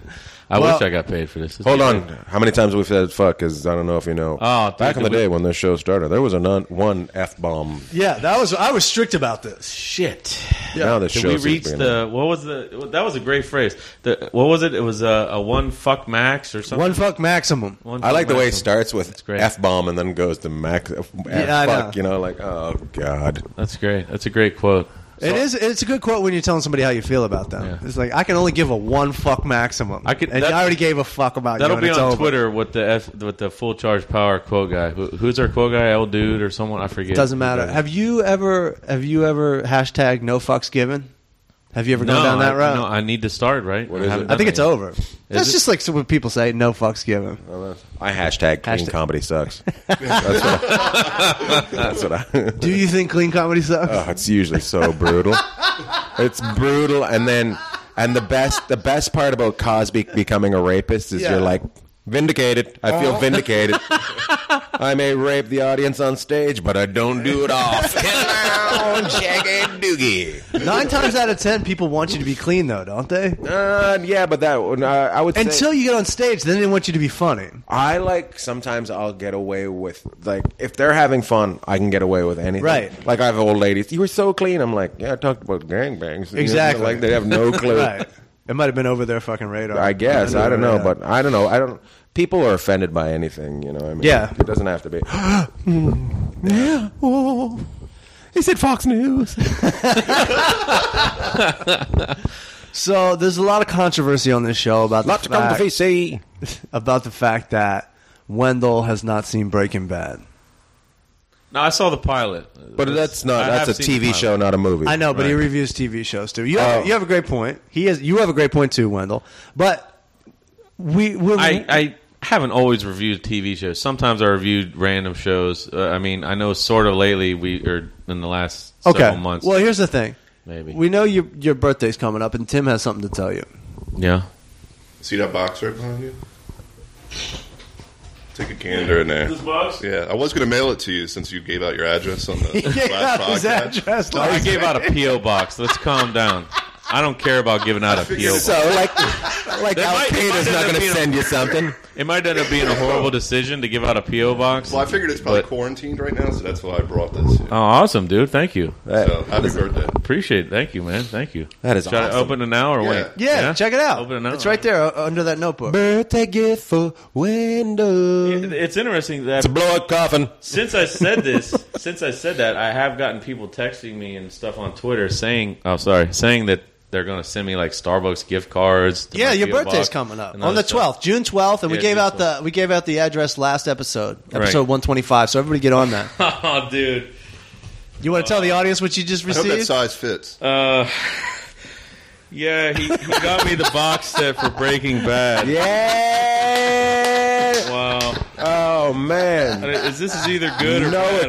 I Well- wish I got paid for this. This Hold is- on. How many times we've said fuck? Because I don't know if you know. Oh, back in the dude, day when this show started, there was a non- one f bomb. yeah, that was I was strict about this. Shit. Now this Did show we is reach bringing the what was the that was a great phrase. The what was it? It was a, a one fuck max or something. One fuck maximum. One I fuck like the way it maximum. starts with great. f bomb and then goes to max. F- Yeah, I fuck, know. you know, like oh god. That's great. That's a great quote. It is. It's a good quote when you're telling somebody how you feel about them. Yeah. It's like I can only give a one fuck maximum. I could- and that- I already gave a fuck about That'll you. and be it's on over. Twitter with the F, with the full charge power quote guy. Who, who's our quote guy? Old dude or someone? I forget. Doesn't matter. Have you ever? Have you ever hashtag no fucks given? Have you ever no, gone down that I, road? no, I need to start right. What is haven't it? I done think that it's yet. over. That's it? Oh, just like so when people say no fucks given. I hashtag clean Hashtag- comedy sucks. that's what I, that's what I Do you think clean comedy sucks? Oh, it's usually so brutal. it's brutal, and then and the best the best part about Cosby becoming a rapist is Yeah. you're like vindicated. I feel vindicated. I may rape the audience on stage, but I don't do it off. Hello, Jagged Doogie. Nine times out of ten, people want you to be clean, though, don't they? Uh, yeah, but that uh, I would say- Until you get on stage, then they want you to be funny. I like sometimes I'll get away with like if they're having fun, I can get away with anything. Right. Like I have old ladies. You were so clean. I'm like, yeah, I talked about gangbangs. You know, Exactly. Like they have no clue. Right. It might have been over their fucking radar. I guess I don't know, Yeah. but I don't know. I don't. People are offended by anything. You know. I mean, Yeah. It doesn't have to be. Yeah. Oh. He said Fox News. So there's a lot of controversy on this show about the Not to come fact, to VC. about the fact that Wendell has not seen Breaking Bad. No, I saw the pilot. But that's not. I have that's a seen the TV pilot. show, not a movie. I know, but he Right. reviews TV shows too. You have, Oh. you have a great point. He has you have a great point too, Wendell. But we we're, I, I haven't always reviewed TV shows. Sometimes I reviewed random shows. Uh, I mean, I know sort of lately we or in the last okay. several months. Well, here's the thing. maybe We know your your birthday's coming up, and Tim has something to tell you. yeah. See that box right behind you? Take a gander in there. This box? Yeah, I was going to mail it to you since you gave out your address on the out his last podcast. address. I gave out a PO box. Let's calm down. I don't care about giving out a PO box. So like, like There Al might- might end Qaeda's not going up to being a- send you something. It might end up being a horrible decision to give out a PO box. Well, I figured it's probably But- quarantined right now, so that's why I brought this. Here. Oh, awesome, dude! Thank you. So happy birthday. Appreciate. it. Thank you, man. Thank you. That is Should I awesome. open it now or Yeah. wait? Yeah, check it out. Open it now. It's right there uh, under that notebook. Birthday gift for window. It's interesting that It's a blow up coffin. since I said this, since I said that, I have gotten people texting me and stuff on Twitter saying, "Oh, sorry," saying that they're going to send me like Starbucks gift cards. to Yeah, my your PO birthday's box coming up and on other the stuff. twelfth, June twelfth, and we Yeah, gave June out the we gave out the address last episode, Right. episode one twenty five. So everybody get on that. oh, dude. You want to tell the audience what you just I hope that received? size fits. Uh, yeah, he, he got me the box set for Breaking Bad. Yeah. Wow, Oh man. is this is either good or No bad?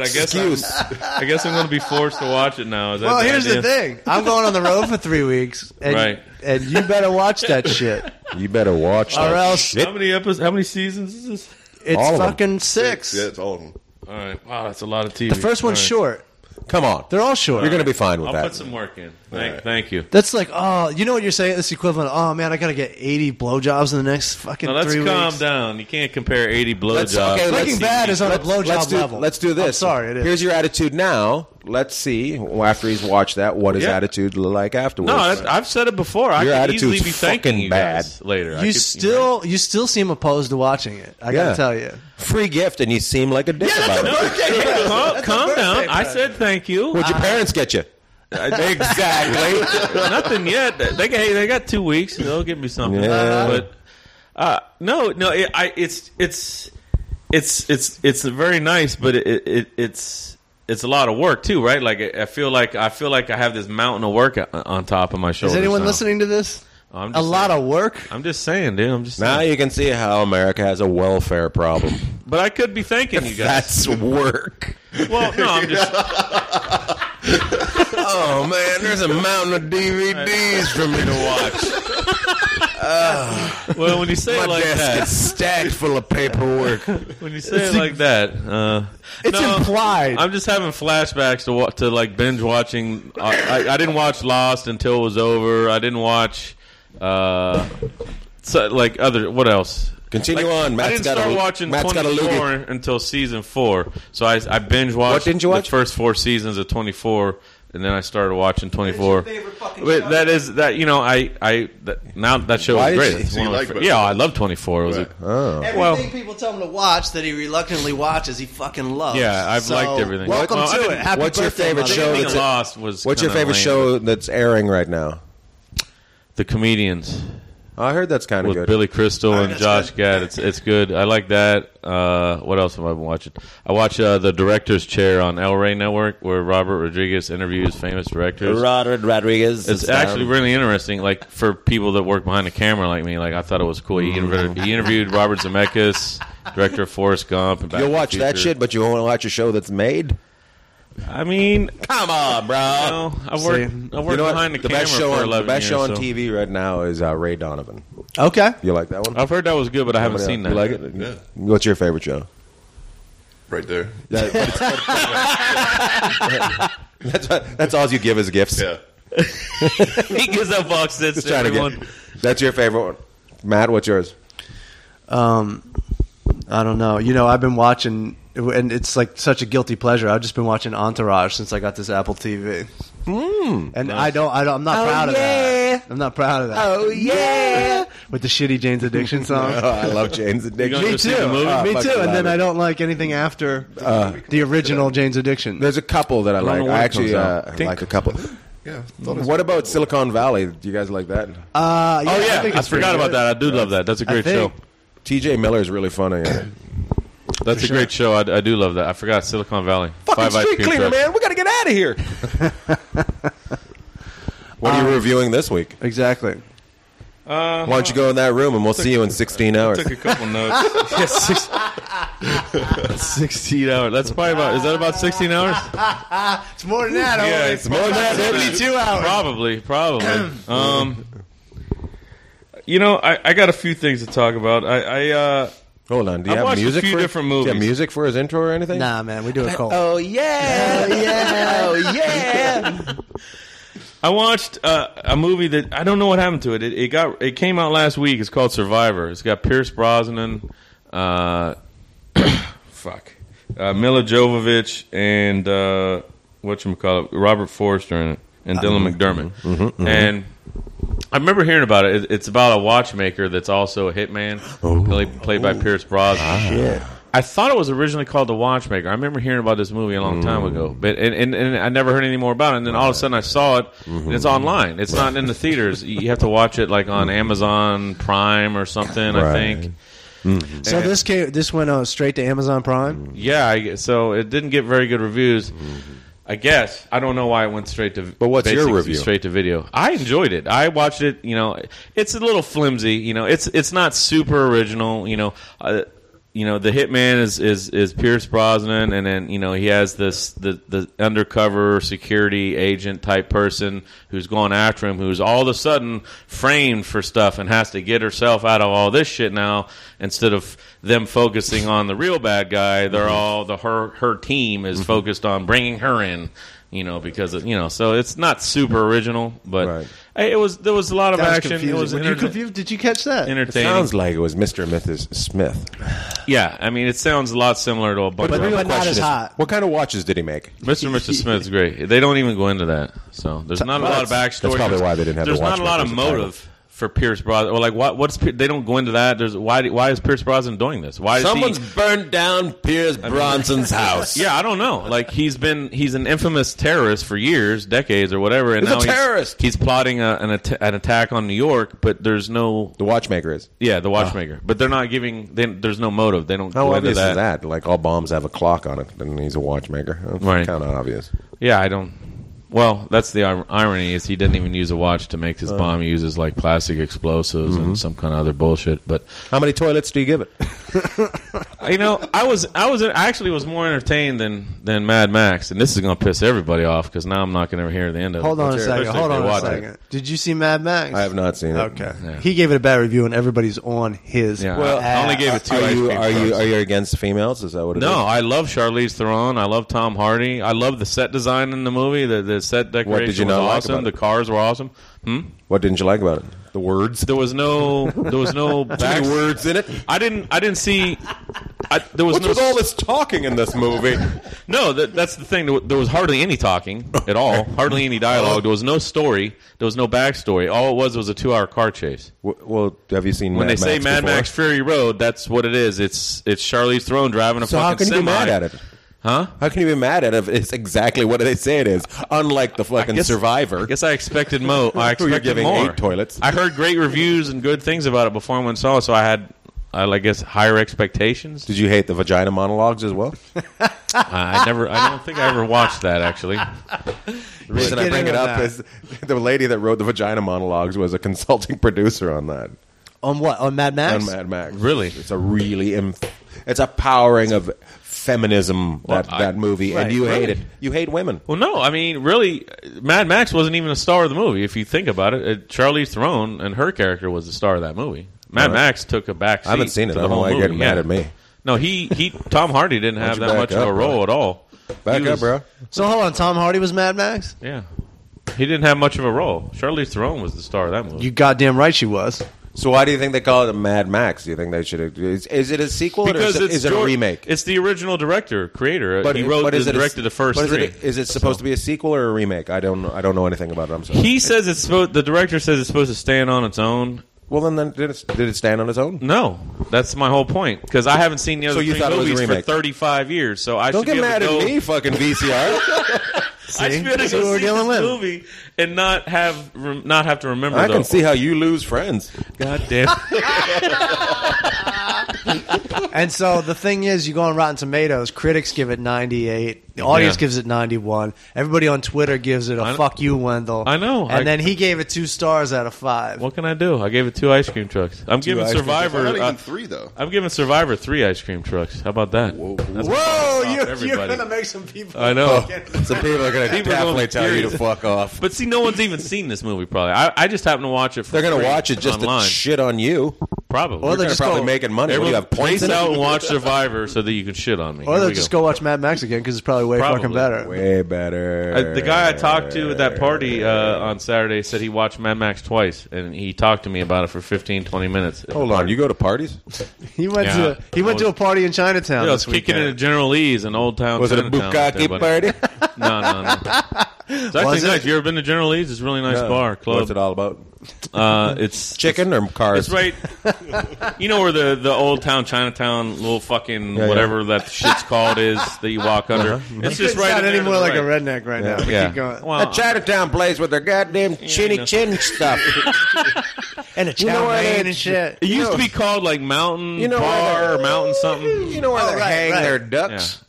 excuse. I guess I'm, I guess I'm going to be forced to watch it now. Is that Well, here's idea? the thing: I'm going on the road for three weeks, and Right. and you better watch that shit, You better watch or that else shit. How many episodes? How many seasons is this? it's All of them. fucking six. Yeah, it's all of them. All right. Wow, that's a lot of TV. The first one's All right. short; Come on. they're all short. You're going to be fine with I'll that. put some work in. Thank, right. thank you. That's like, oh, you know what you're saying? It's equivalent. Of, oh man, I gotta get eighty blowjobs in the next fucking Now let's three calm weeks. down. You can't compare 80 Let's- blowjobs. okay, Breaking Let's- Bad is on a blowjob let's do, level. Let's do I'm this. sorry, it is. Here's your attitude now. Let's see well, after he's watched that what his Yeah. attitude look like afterwards. No, that's, I've said it before. I Your could easily attitude's be thanking fucking you guys later. I you could- still you still seem opposed to watching it. I Yeah. gotta tell you. Free gift, and you seem like a dick about it. Hey, calm calm down. I said thank you. What'd your parents get you? exactly. Nothing yet. They got, hey, they got two weeks. They'll give me something. Yeah. But uh, no, no. It, I, it's it's it's it's it's very nice, but it, it it's it's a lot of work too, right? Like I I feel like I feel like I have this mountain of work o- on top of my shoulders. Is anyone now. listening to this? I'm A just lot saying. of work. I'm just saying, dude. I'm just. Now Saying. you can see how America has a welfare problem. But I could be thanking you guys. That's work. well, no, I'm just. Oh man, there's a mountain of DVDs for me to watch. Well, when you say My it like desk that, is stacked full of paperwork. when you say it like that, uh, It's no, implied. I'm just having flashbacks to wa- to like binge watching. I, I, I didn't watch Lost until it was over. I didn't watch, uh, so, like other what else? Continue on. Matt's I didn't got start a, watching Matt's got a 24 loogie. until season four. So I, I binge watched What didn't you watch? the first four seasons of 24, and then I started watching 24. But that is that you know I I that, now that show is Why did great. you- It's So one you of my like fa- it? yeah, I love 24. It was a- Oh. Everything Well- people tell him to watch that he reluctantly watches, he fucking loves. Yeah, I've So, liked everything. Welcome Well, I to it. didn't- Happy what's your birthday, favorite mother- show Being that's- Lost was What's your kinda favorite lame. show that's airing right now? Oh, The Comedians I heard that's kind of with good. Billy Crystal and that's Josh good. Gad. It's it's good. I like that. Uh, what else have I been watching? I watch uh, the Director's Chair on El Rey Network, where Robert Rodriguez interviews famous directors. Robert Rodriguez. It's is um, actually down. really interesting. Like for people that work behind the camera, like me, like I thought it was cool. He, Mm-hmm. interviewed he interviewed Robert Zemeckis, director of Forrest Gump. And Back to You'll the watch that Future. shit, but you won't watch a show that's made. I mean, Come on, bro. you know, I work. I work You know what? behind the, camera best show for on, the eleven best show years, on so- TV right now is uh, Ray Donovan. Okay. You like that one? I've heard that was good, but I haven't seen that. You like it? Yeah. What's your favorite show? Right there. That- but it's- that's what, that's all you give as gifts. Yeah. he gives that box sits Just to trying to everyone. get. That's your favorite one, Matt. What's yours? Um, I don't know. You know, I've been watching, and it's like such a guilty pleasure. I've just been watching Entourage since I got this Apple TV. Hmm, Mm, and I don't, I don't, I'm Oh, not proud of that. I'm not proud of that. Oh yeah, with the shitty Jane's Addiction song. Oh, I love Jane's Addiction. You Me go see too. the movie? Oh, Me fucking too. And love then it. I don't like anything after the original Jane's Addiction. There's a couple that I know like. when I it actually comes out. uh, Think- like a couple. Yeah. What about Silicon Valley? Do you guys like that? Uh, Oh I yeah, think I, it's pretty forgot good. about that. I do love that. That's a great show. think- T.J. Miller is really funny. in it. That's a great show. I, I do love that. I forgot Silicon Valley. Five Eyed Peas Rock. We got to get out of here. what Uh, are you reviewing this week? Exactly. Why don't you go in that room and we'll see you in 16 hours? Took a couple notes. yeah, six, sixteen hours. That's probably about. Is that about sixteen hours? It's more than that. Yeah, it's more than that, baby. Seventy-two hours. Probably, probably. um, you know, I, I got a few things to talk about. I, I uh, Hold on. Do you I've have watched a music few for different Do you have movies. music for his intro or anything? Nah, man, we do it cold. Oh yeah, yeah, oh yeah. I watched uh, a movie that I don't know what happened to it. it. It got it came out last week. It's called Survivor. It's got Pierce Brosnan, uh, fuck, uh, Mila Jovovich, and uh, what you call it, Robert Forster in it, and Dylan McDermott. And I remember hearing about it. It- It's about a watchmaker that's also a hitman, play, played by Pierce Brosnan. I thought it was originally called The Watchmaker. I remember hearing about this movie a long time ago, but and, and, and I never heard any more about it. And then all of a sudden, I saw it. And it's online. It's not in the theaters. you have to watch it like on Amazon Prime or something. I think. so this came, this went uh, straight to Amazon Prime. Yeah. I guess- so it didn't get very good reviews. I guess I don't know why it went straight to. Mm-hmm. But what's your basically review? Straight to video. I enjoyed it. I watched it. You know, it's a little flimsy. You know, it's it's not super original. You know, uh, you know the hitman is, is is Pierce Brosnan, and then you know he has this the the undercover security agent type person who's going after him, who's all of a sudden framed for stuff and has to get herself out of all this shit now. Instead of them focusing on the real bad guy, they're all the her her team is focused on bringing her in you know, because of, you know, so it's not super original, but Right. hey, it was there was a lot of That was action. It confusing. was Were you enter- confused? Did you catch that? entertaining. Sounds like it was Mr. Mrs. Smith. yeah, I mean, it sounds a lot similar to a bunch But of we were other- not as hot. What kind of watches did he make? Mr. and Mrs. Smith's great. They don't even go into that, so there's not a lot of backstory. that's probably There's- why they didn't have There's the not a lot of Watchmakers motive for Pierce Brosnan. Or like, what, what's Pier- they don't go into that? There's why why is Pierce Brosnan doing this? Why is he, burned down Piers Bronson's house. Yeah, I don't know. Like he's been he's an infamous terrorist for years, decades or whatever, and He's a now terrorist. he's plotting a, an, at- an attack on New York, but there's no The watchmaker is. yeah, the watchmaker. But they're not giving they, there's no motive. They don't How go into obvious is that. that? Like all bombs have a clock on it, and he's a watchmaker. That's Right. Kind of obvious. Yeah, I don't well, that's the ir- irony is he didn't even use a watch to make this Uh. bomb. He uses like plastic explosives Mm-hmm. and some kind of other bullshit. But How many toilets do you give it? you know, I was I was I actually was more entertained than than Mad Max, and this is gonna piss everybody off because now I'm not gonna hear the end of Hold it. on a Especially second. if Hold they on a watch it. second. Did you see Mad Max? I have not seen it. Okay. He gave it a bad review, and everybody's on his. Yeah, Well, I only ass. gave it two Are ice you cream are you trucks. are you against females? Is that what it is? No, I love Charlize Theron. I love Tom Hardy. I love the set design in the movie. The, the set decoration did you was not like awesome. about the it? cars were awesome. Hmm? What didn't you like about it? The words. There was no there was no back words in it. I didn't I didn't see I, there was What's no with all this talking in this movie? no that, that's the thing There wa- there was hardly any talking at all hardly any dialogue there was no story there was no backstory all it was was a two hour car chase W- well, have you seen when Mad they say Max Mad before? Max Fury Road that's what it is it's it's Charlize Theron driving a So fucking how can you be semi. mad at it? huh How can you be mad at it? if It's exactly what they say it is. Unlike the fucking guess- Survivor. I guess I expected mo. I Who you're expected giving more. eight toilets. I heard great reviews and good things about it before I went and saw it, so I had, I like, guess, higher expectations. Did you hate the vagina monologues as well? The I I never, I don't think I ever watched that actually. reason I Get bring in it on up that. is the lady that wrote the vagina monologues was a consulting producer on that on what? On Mad Max. on Mad Max. Really? It's a really Im- it's a powering of feminism that I- that movie, Right, and you right. hate it. You hate women. Well, no, I mean, really, Mad Max wasn't even a star of the movie. If you think about it, uh, Charlize Theron and her character was the star of that movie. Mad Alright. Max took a back. I haven't seat seen it. to I the don't know whole why you're movie. getting mad Yeah. at me. No, he he. Tom Hardy didn't have you that back much of up, a bro? role at all. Back He up, was- bro. So hold on. Tom Hardy was Mad Max. Yeah, he didn't have much of a role. Charlize Theron was the star of that movie. You goddamn right she was. So why do you think they call it a Mad Max? Do you think they should? Is, is it a sequel because or is it- it's is it a George- remake? It's the original director, creator. he wrote but and is it a- directed the first but three. Is it, is it supposed to be a sequel or a remake? I don't. know- I don't know anything about it. I'm sorry. he says it's supposed. The director says it's supposed to stand on its own. well, then, then did, it, did it stand on its own? No, that's my whole point. Because I haven't seen the other So you three thought it was a movies for remake. 35 years, so I Don't should get be able mad to at go, me, fucking VCR. I should be able to See what go we're see dealing this with. movie and not have rem, not have to remember. I though. can see how you lose friends. God damn. And so the thing is, you go on Rotten Tomatoes, critics give it 98, the audience Yeah. gives it 91, everybody on Twitter gives it a I- fuck you, Wendell. I know. And I- then he gave it two stars out of five. what can I do? I gave it two ice cream trucks. I'm giving ice cream Survivor. Not uh, even three though. I'm giving Survivor three ice cream trucks. How about that? Whoa, Stop Oh, you, you're everybody. going to make some people. I know. Some people are going to People are definitely going tell you to furious. fuck off. But see, no one's even seen this movie. Probably, I, I just happened to watch it. For They're going free to watch it just online. to shit on you. Probably. Or They're they just probably go, making money. What, Everyone, you have points pace in it? out and watch Survivor so that you can shit on me. or Here they we just go. watch Mad Max again because it's probably way Probably. fucking better. Way better. Uh, the guy I talked to at that party uh, on Saturday said he watched Mad Max twice, and he talked to me about it for 15, 20 minutes. Oh, Hold on, you go to parties? He went Yeah. to he went to a party in Chinatown Yeah, I was this kicking it at weekend. General Lee's in Old Town. Was it a Chinatown with everybody. bukkake party? No, no, no. It's actually Was it? nice. You ever been to General Lee's? It's a really nice bar What's club. it all about? Uh, it's Chicken or cars? It's right. you know where the the old town Chinatown little fucking yeah. whatever that shit's called is that you walk under. It's just right. in Not there to any more the like a right. redneck right now. We Uh-huh. Yeah. keep going. Well, That Chinatown plays with their goddamn chinny no. chin stuff. and a chow know what mein it- and shit. it used to be called like Mountain You know where Bar the- or Mountain something. you know where Oh, they right, hang right. their Yeah. ducks?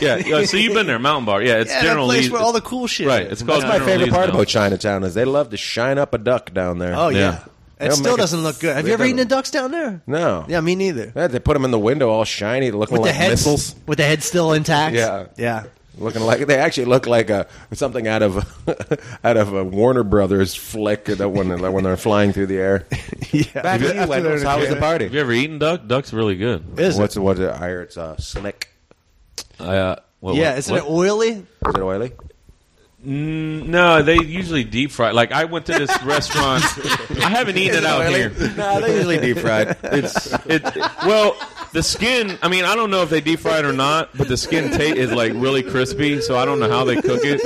yeah, yeah. So you've been there, Mountain Bar. Yeah, it's Yeah, that General place Lee's. where all the cool shit. right, is. it's called. That's my General favorite Lee's part now. about E. Chinatown is they love to shine up a duck down there. Oh Yeah. yeah, it They'll still make it- doesn't look good. Have they you ever eaten the don't- ducks down there? no. Yeah, me neither. Yeah, they put them in the window all shiny, looking With like the head missiles. with the head still intact. Yeah. yeah. Looking like they actually look like a something out of out of a Warner Brothers flick that when that when they're flying through the air. yeah. Back to you, After Wendell, they're How was together. the Have party? you ever eaten duck? Duck's really good. Is it? What's what? I hear it's uh, slick. Uh, what- yeah, what- isn't what? it oily? Is it oily? No, they usually deep fry. Like I went to this restaurant. I haven't eaten it out here. no, they usually deep fried. It's it. Well, the skin. I mean, I don't know if they deep fry it or not, but the skin ta is like really crispy. So I don't know how they cook it.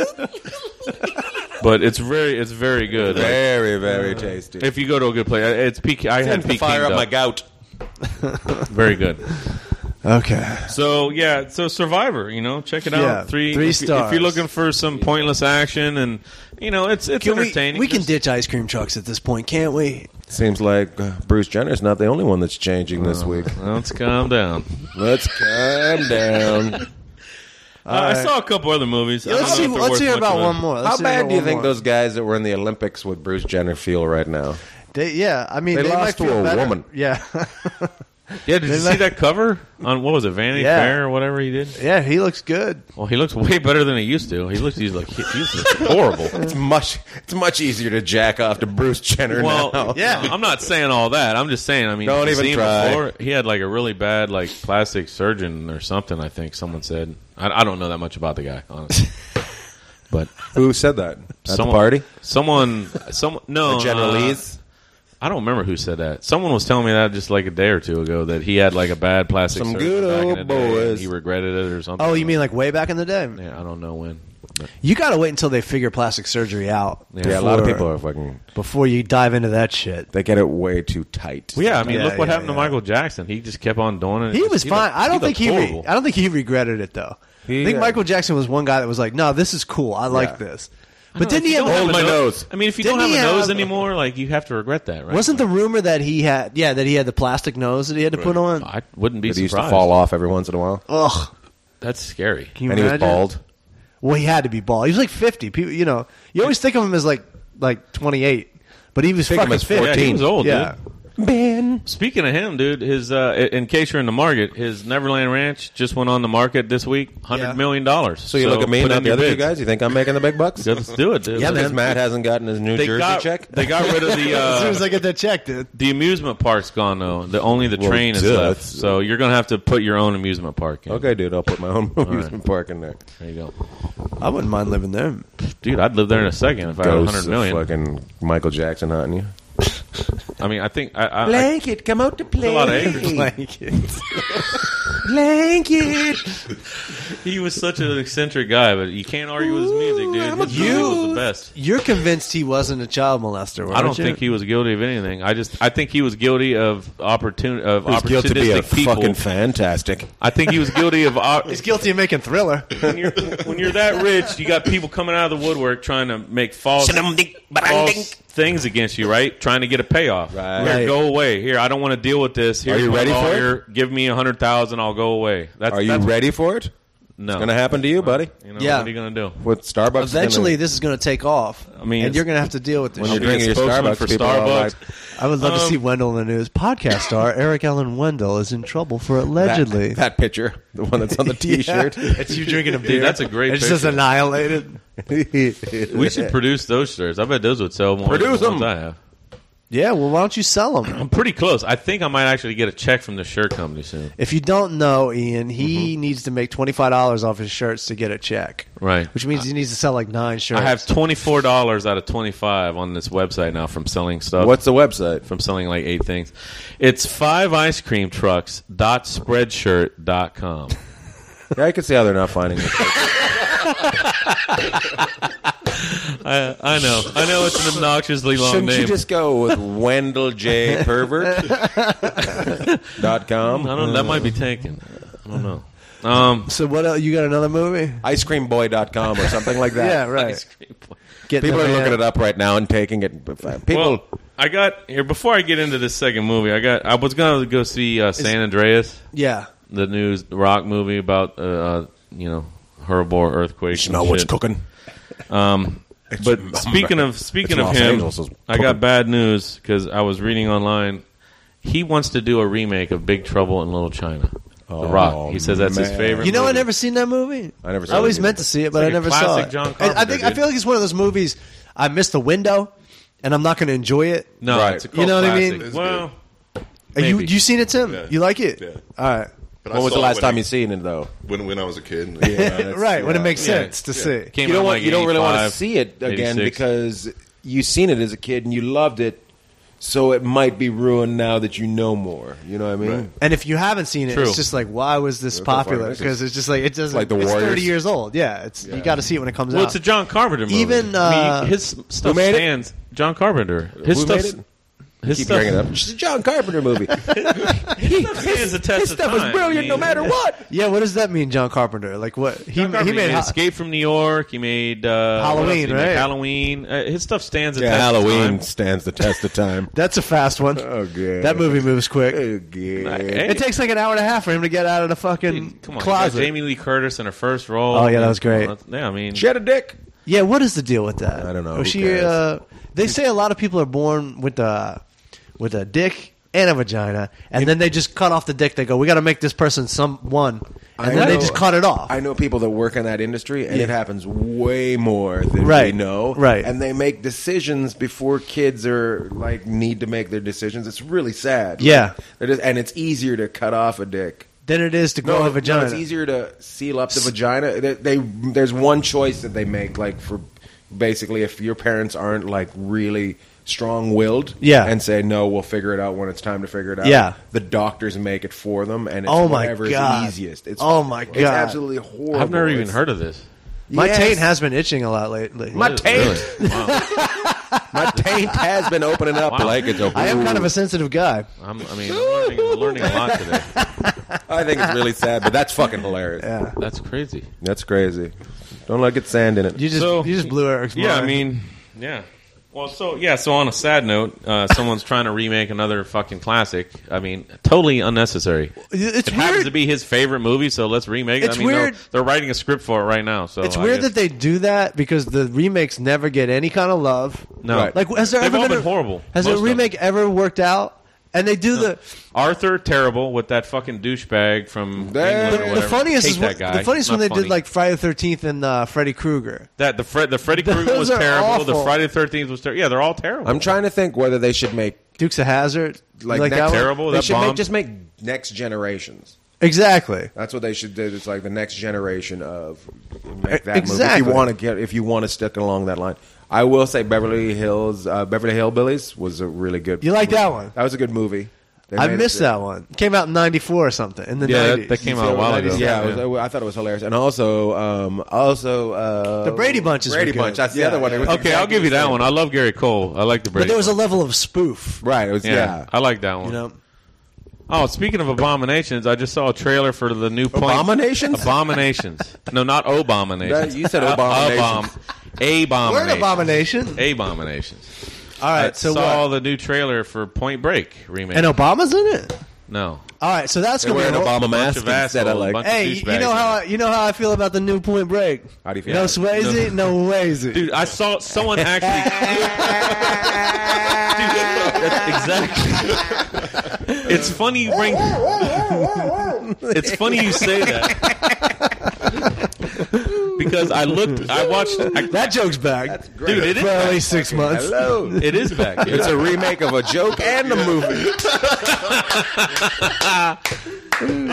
But it's very, it's very good. Like, Very, very tasty. if you go to a good place, it's peak. I had Tends to peak. fire up my gout. Very good. Okay. So yeah, so Survivor, you know, check it out. Yeah, three three if you- If stars. you're looking for some pointless action, and you know, it's it's Can we, entertaining. we can Just- ditch ice cream trucks at this point, can't we? Seems like uh, Bruce Jenner's not the only one that's changing this week. Let's calm down. Let's calm down. Uh, I right. saw a couple other movies. I don't let's know see. if they're Let's worth hear much about money. one more. Let's How hear about bad do you one think more. those guys that were in the Olympics with Bruce Jenner feel right now? They, yeah, I mean, They they, lost might to feel a better. woman. Yeah, Yeah, did you like- see that cover on what was it, Vanity Yeah. Fair or whatever he did? yeah, he looks good. Well, he looks way better than he used to. He looks he's like he- he's horrible. It's much. It's much easier to jack off to Bruce Jenner now. Well, yeah, I'm not saying all that. I'm just saying. I mean, Don't you even see him try. Before, he had like a really bad like plastic surgeon or something. I think someone said. I, I don't know that much about the guy, honestly. But Who said that? At the someone, party? someone, someone, no, Jenner uh, Lee's? I don't remember who said that. Someone was telling me that just like a day or two ago that he had like a bad plastic Some surgery good back in old the day, boys. and He regretted it or something. Oh, you mean like way back in the day? Yeah, I don't know when. But You got to wait until they figure plastic surgery out. Yeah. Yeah, a lot of before- people are fucking. before you dive into that shit. They get it way too tight. Well, yeah, I mean, Yeah, look what yeah, happened yeah. to Michael Jackson. He just kept on doing it. He was fine. looked- I don't looked think he. Re- horrible. I don't think he regretted it though. I think uh, Michael Jackson was one guy that was like, "No, this is cool. I like this." But didn't he You have? don't have Hold a my no- nose. I mean, if you Didn't don't he have a nose have- anymore, like you have to regret that, right? Wasn't the rumor that he had? Yeah, that he had the plastic nose that he had to put on. I wouldn't be It used to surprised. fall off every once in a while, Ugh. That's scary. Can you and he was imagine? bald. Well, he had to be bald. He was like fifty. People, you know, you always think of him as like like twenty eight, but he was Think of him fucking as fifty. 14. Yeah, he was old, Yeah. dude. Speaking of him, dude, his uh, i- in case you're in the market, his Neverland Ranch just went on the market this week, Yeah. hundred million dollars. So you look at me put and not in the your other two bids. guys. You think I'm making the big bucks? Let's do it, dude. Yeah, Because man. Matt hasn't gotten his New They Jersey got check. they got rid of the As soon uh, as I get that check, dude. the amusement park's gone though. The only the Well, train is duh, left. that's- So you're gonna have to put your own amusement park. In. Okay, dude, I'll put my own amusement park in there. there you go, I wouldn't mind living there. dude. I'd live there in a second if I had a Ghosts hundred of million. fucking Michael Jackson hunting you. I mean, I think I, I, I Blanket, come out to play. a lot of acres. Blanket. He was such an eccentric guy, but you can't argue with his music, dude. I'm a his music was goof. the best. You're convinced he wasn't a child molester. I don't weren't you? think he was guilty of anything. I just I think he was guilty of opportun of He's opportunistic guilty to be a people. fucking fantastic. I think he was guilty of op- He's guilty of making Thriller. when you're when you're that rich, you got people coming out of the woodwork trying to make false, false things against you, right? Trying to get a payoff. Right. Here, Right. go away. Here, I don't want to deal with this. Here, Are you ready for it? Give me a hundred thousand. I'll go away. That's Are you that's, Oh. ready for it? No. It's gonna happen to you, buddy. You know, Yeah. What are you gonna do? With Starbucks. is Eventually, gonna, this is going to take off. I mean, and it's- you're going to have to deal with this. when you're shit. I'll be a drinking spokesman your Starbucks, for people are Starbucks. like, I would love to Um, see Wendell in the news. Podcast star Eric Allen Wendell is in trouble for allegedly. that, that picture, the one that's on the T-shirt. Yeah. It's you drinking a beer. that's a great It's just picture. annihilated. We should produce those shirts. I bet those would sell more. than Produce the ones them. I have. Yeah, well, why don't you sell them? I'm pretty close. I think I might actually get a check from the shirt company soon. If you don't know, Ian, he needs to make twenty five dollars off his shirts to get a check, Right. which means he needs to sell like nine shirts. I have twenty four dollars out of twenty five on this website now from selling stuff. What's the website? from selling like eight things? It's five ice cream trucks dot spreadshirt dot com. Yeah, I can see how they're not finding it. I, I know. I know it's an obnoxiously long Shouldn't name. you just go with Wendell J Pervert dot I com, don't. That might be taken. I don't know. Um, So what? Else? You got another movie? icecreamboy.com, or something like that? yeah, right. ice cream boy. Get in People the are van. looking it up right now and taking it. People, Well, I got here before I get into this second movie. I got. I was gonna go see uh, San Andreas, Yeah, the new rock movie about uh, uh, you know Herbor earthquake. you know what's cool. cooking. But speaking of speaking It's of Los him, Angeles is I got bad news because I was reading online. He wants to do a remake of Big Trouble in Little China. the Oh, Rock. He says that's his man. favorite. you know, I movie. never seen that movie. I never saw I always it either. meant to see it, but like I a never saw classic it. John I, I Carpenter, think I dude. feel like it's one of those movies. I missed the window, and I'm not going to enjoy it. No, Right. it's a You cult know what I classic. mean? It's Well, Are you Maybe. you seen it, Tim? Yeah. You like it? Yeah. All right. But I When was saw the it last when time I- you seen it though? When when I was a kid. that's- right. When it yeah. makes Yeah. sense to see. came you out don't in, want like you don't really want 85, to see it again 86. because you seen it as a kid and you loved it, so it might be ruined now that you know more. You know what I mean? Right. And if you haven't seen it, True. it's just like, why was this so far, popular? this is- Because it's just like it doesn't. like The it's Warriors. thirty years old. Yeah, it's you got to see it when it comes Well, out. it's a John Carpenter movie. Even, I mean, uh, his stuff made it? stands. John Carpenter. His Who stuff. made it? His Keep stuff. bringing it up. It's a John Carpenter movie. His stuff stands the test His of stuff was time. brilliant, I mean, no matter what. yeah, what does that mean, John Carpenter? Like what he John Carpenter, he made? Ho- Escape from New York. He made uh, what Halloween, else did he make? right? Halloween. Uh, his stuff stands. the Yeah, test of Halloween time. stands the test of time. That's a fast one. Oh, good. That movie moves quick. Oh, good. Hey. It takes like an hour and a half for him to get out of the fucking Dude, come on, you got closet. Jamie Lee Curtis in her first role. Oh, yeah, that was great. Yeah, I mean, Shed a dick. Yeah, what is the deal with that? I don't know. Oh, Who she, cares? uh, they say a lot of people are born with a with a dick and a vagina, and then they just cut off the dick. They go, "We got to make this person someone," and I then they know- just cut it off. I know people that work in that industry, and Yeah. it happens way more than Right. we know. Right. and they make decisions before kids are like need to make their decisions. It's really sad. Yeah. Like, they're just- and it's easier to cut off a dick. than it is to grow a vagina. it's easier to seal up the vagina. They, they there's one choice that they make, like for basically if your parents aren't like really strong-willed, Yeah. and say no, we'll figure it out when it's time to figure it out. Yeah. the doctors make it for them, and it's Oh my whatever is God. easiest. It's Oh my it's God. absolutely horrible. I've never even It's- heard of this. My Yes. taint has been itching a lot lately. My taint, Really? Wow. my taint has been opening up Wow. like it's a. I am kind of a sensitive guy. I'm, I mean, I'm learning, I'm learning a lot today. I think it's really sad, but that's fucking hilarious. Yeah, That's crazy. That's crazy. Don't let it get sand in it. you just So- you just blew Eric's mind. Yeah, I mean, yeah. Well, so yeah. So on a sad note, uh, someone's trying to remake another fucking classic. I mean, totally unnecessary. it's it happens weird. to be his favorite movie, so let's remake it. It's I mean, they're- weird. They're, writing a script for it right now. So It's weird that they do that because the remakes never get any kind of love. No. Right. like has there They've ever all been, a- been horrible, Has most a of them. remake ever worked out? And they do the Arthur terrible with that fucking douchebag from There- England or the whatever. funniest Hate is that when, guy. the funniest Not when they funny. did like Friday the Thirteenth and uh, Freddy Krueger. that. The Fred, the Freddy Those Krueger was are terrible. The awful. Friday the Thirteenth was terrible. Yeah, they're all terrible. I'm trying to think whether they should make Dukes of Hazard, like, like, like that next, one? terrible, They that should make, bombed. just make next generations. Exactly. That's what they should do. It's like the next generation of make that Exactly. movie. If you want to get, if you want to stick along that line, I will say Beverly Hills, uh, Beverly Hillbillies was a really good. You like that one? That was a good movie. They I made it missed to- that one. Came out in '94 or something in the Yeah, that- '90s. that came out a while ago. Yeah, Yeah. it was- I thought it was hilarious, and also, um, also uh, The Brady Bunch is Brady good. Bunch. That's the Yeah. other one. It was Okay, I'll exactly give you the that same. one. I love Gary Cole. I like the Brady. but there was a one. level of spoof. Right. It was yeah. I like that one. You know, Oh, speaking of abominations, I just saw a trailer for the new point. Abominations? Abominations. no, not abominations. Uh, That- you said abominations. Abominations. we're an abomination. Abominations. All I right, so saw what? the new trailer for Point Break remake. And Obama's in it. no, All right, so that's They gonna were be an a whole- Obama of mask instead. I assholes, like. bunch- Hey, douchebags, you know how I, you know how I feel about the new Point Break. How do you feel? No Swayze, no, Swayze. dude, I saw someone actually. dude, that's exactly. It's funny you bring. it's funny you say that because I looked, I watched, I, That joke's back. dude, it is For at back. least six months. Hello. It is back. It's a remake of a joke and a movie.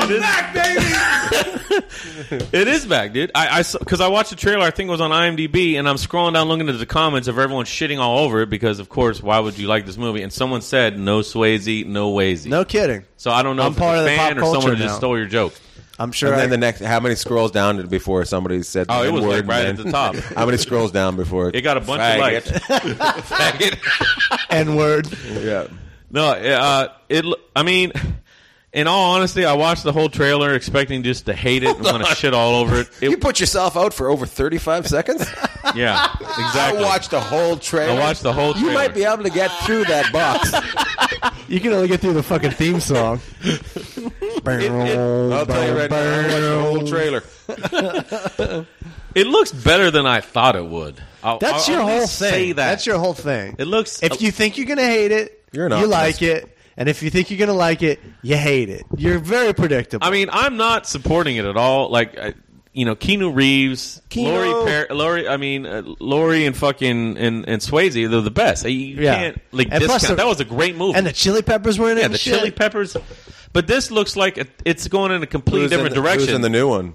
It is back, dude. I because I, watched the trailer. I think it was on IMDb, and I'm scrolling down looking at the comments of everyone shitting all over it because, of course, why would you like this movie? And someone said, "No Swayze, no Wazy." No kidding. So I don't know I'm if it's part of a the fan or pop someone culture who just now. stole your joke. I'm sure. And I, then the next, how many scrolls down did- before somebody said? the Oh, it was, N-word like, right and at the then- top. How many scrolls down before It got a bunch Faggot. of likes. Faggot. N word. Yeah, No, uh, it. l- I mean, in all honesty, I watched the whole trailer expecting just to hate it and want to shit all over it. you it put yourself out for over thirty-five seconds. yeah, I exactly. watched the whole trailer. I watched the whole You trailer. might be able to get through that box. You can only get through the fucking theme song. I'll tell you right now. I watched the whole trailer. It looks better than I thought it would. I'll, That's I'll your at whole least thing. Say that. That's your whole thing. It looks. If you think you're gonna hate it, You're an you like optimist. it, and if you think you're gonna like it, you hate it. You're very predictable. I mean, I'm not supporting it at all. Like, I, you know, Keanu Reeves, Lori, per- Lori. I mean, uh, Lori and fucking and and Swayze. They're the best. You Yeah. can't like And plus discount. the- that was a great movie. and the Chili Peppers were in it. yeah, and the shit. Chili Peppers. But this looks like it- it's going in a completely Who's in different the- direction. Who's in the new one?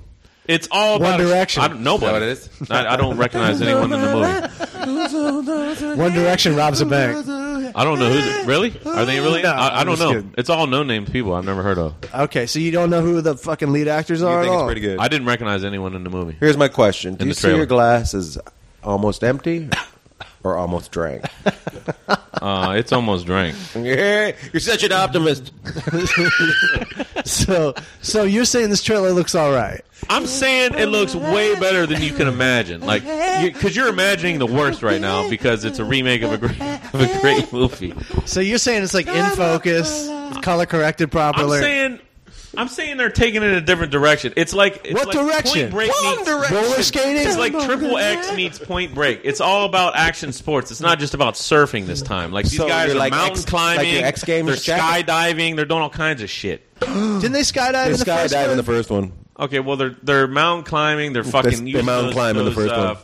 It's all One about Direction. I don't, nobody. what it is? I, I don't recognize anyone in the movie. One Direction robs a bank. I don't know who's it. Really? Are they really? No, I, I I'm don't just know. kidding. It's all no-name people I've never heard of. Okay, so you don't know who the fucking lead actors are at You think it's all. pretty good? I didn't recognize anyone in the movie. Here's my question: Do In you the see trailer. your glass as almost empty or almost drank? Uh, it's almost drank. You're such an optimist. So, so you're saying this trailer looks all right? I'm saying it looks way better than you can imagine. Like, because you, are imagining the worst right now because it's a remake of a great, of a great movie. So you're saying it's like in focus, it's color corrected I'm properly. saying, I'm saying they're taking it in a different direction. It's like it's What like direction? Point Break One meets- direction. Roller skating. It's like Triple X meets Point Break. It's all about action sports. It's not just about surfing this time. Like these So guys are you're like mountain X- climbing, like your X Games they're jacket? skydiving, they're doing all kinds of shit. Didn't they skydive in They the first skydive in one? the first one. Okay, well they're they're mountain climbing, they're fucking they're using mountain those- climbing the those, first uh, one.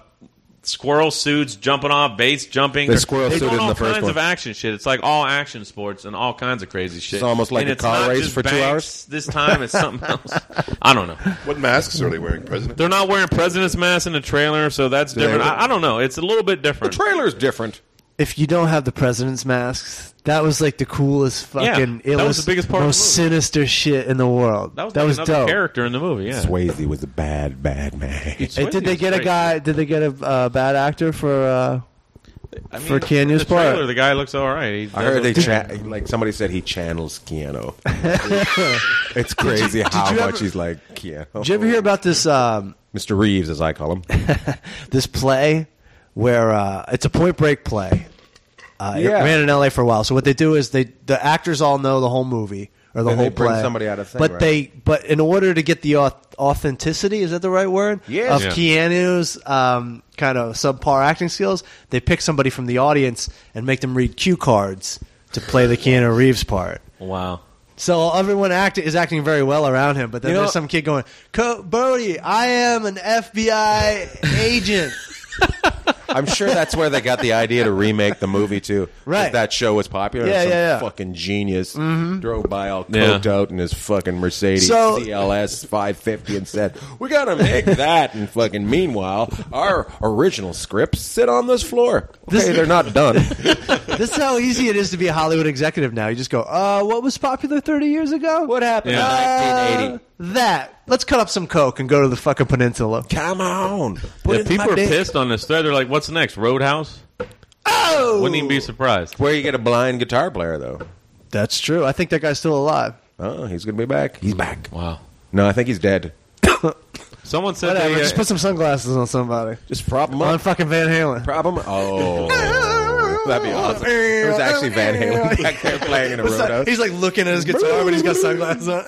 Squirrel suits, jumping off baits, jumping. They're squirrel they're suited doing in all the first kinds one. of action shit. It's like all action sports and all kinds of crazy shit. almost like And a car not race just for two banks hours. This time it's something else. I don't know. What masks are they wearing, President? They're not wearing president's mask in the trailer, so that's they- different. I, I don't know. It's a little bit different. Trailer's different. If you don't have the president's masks, that was like the coolest Yeah, fucking illest, that was the biggest part of the most sinister shit in the world. That was, that like was another dope. character in the movie. Yeah. Swayze was a bad, bad man. Hey, did they was get a great. guy? Did they get a uh, bad actor for? Uh, I mean, for in Keanu's the trailer, part? The guy looks all right. He I heard they does- cha- like somebody said he channels Keanu. it's crazy how you much ever- he's like Keanu. did you ever hear about this? Um, Mr. Reeves, as I call him? this play where uh, it's a Point Break play. Uh, It Yeah. ran in L.A. for a while. So what they do is they the actors all know the whole movie or the And whole they bring play. somebody out of thing, but right? they but in order to get the au- authenticity is that the right word? Yes. Of Yeah. Keanu's um, kind of subpar acting skills, they pick somebody from the audience and make them read cue cards to play the Keanu Reeves part. Wow. So everyone act- is acting very well around him, but then You know- there's some kid going, Co- "Bodie, I am an FBI agent." I'm sure that's where they got the idea to remake the movie too. 'Cause Right. that show was popular. Yeah, some yeah, yeah. Fucking genius drove by all Yeah. coked out in his fucking Mercedes So- CLS 550 and said, "We gotta make that." And fucking meanwhile, our original scripts sit on this floor. Okay, This- they're not done. this is how easy it is to be a Hollywood executive now. You just go, "Uh, what was popular 30 years ago? What happened Yeah. in Uh, 1980? that. Let's cut up some coke and go to the fucking peninsula." Come on. Put If it in people my are dick. pissed on this thread, they're like, "What's next? Roadhouse?" Oh, wouldn't even be surprised. Where you get a blind guitar player though? That's true. I think that guy's still alive. Oh, he's gonna be back. He's back. Wow. No, I think he's dead. Someone said Whatever. they, uh, just put some sunglasses on somebody. Just prop him On up. fucking Van Halen. Problem? Oh, that'd be awesome. It was actually Van Halen back there playing in a What's that? roadhouse. He's like looking at his guitar, but he's got sunglasses on.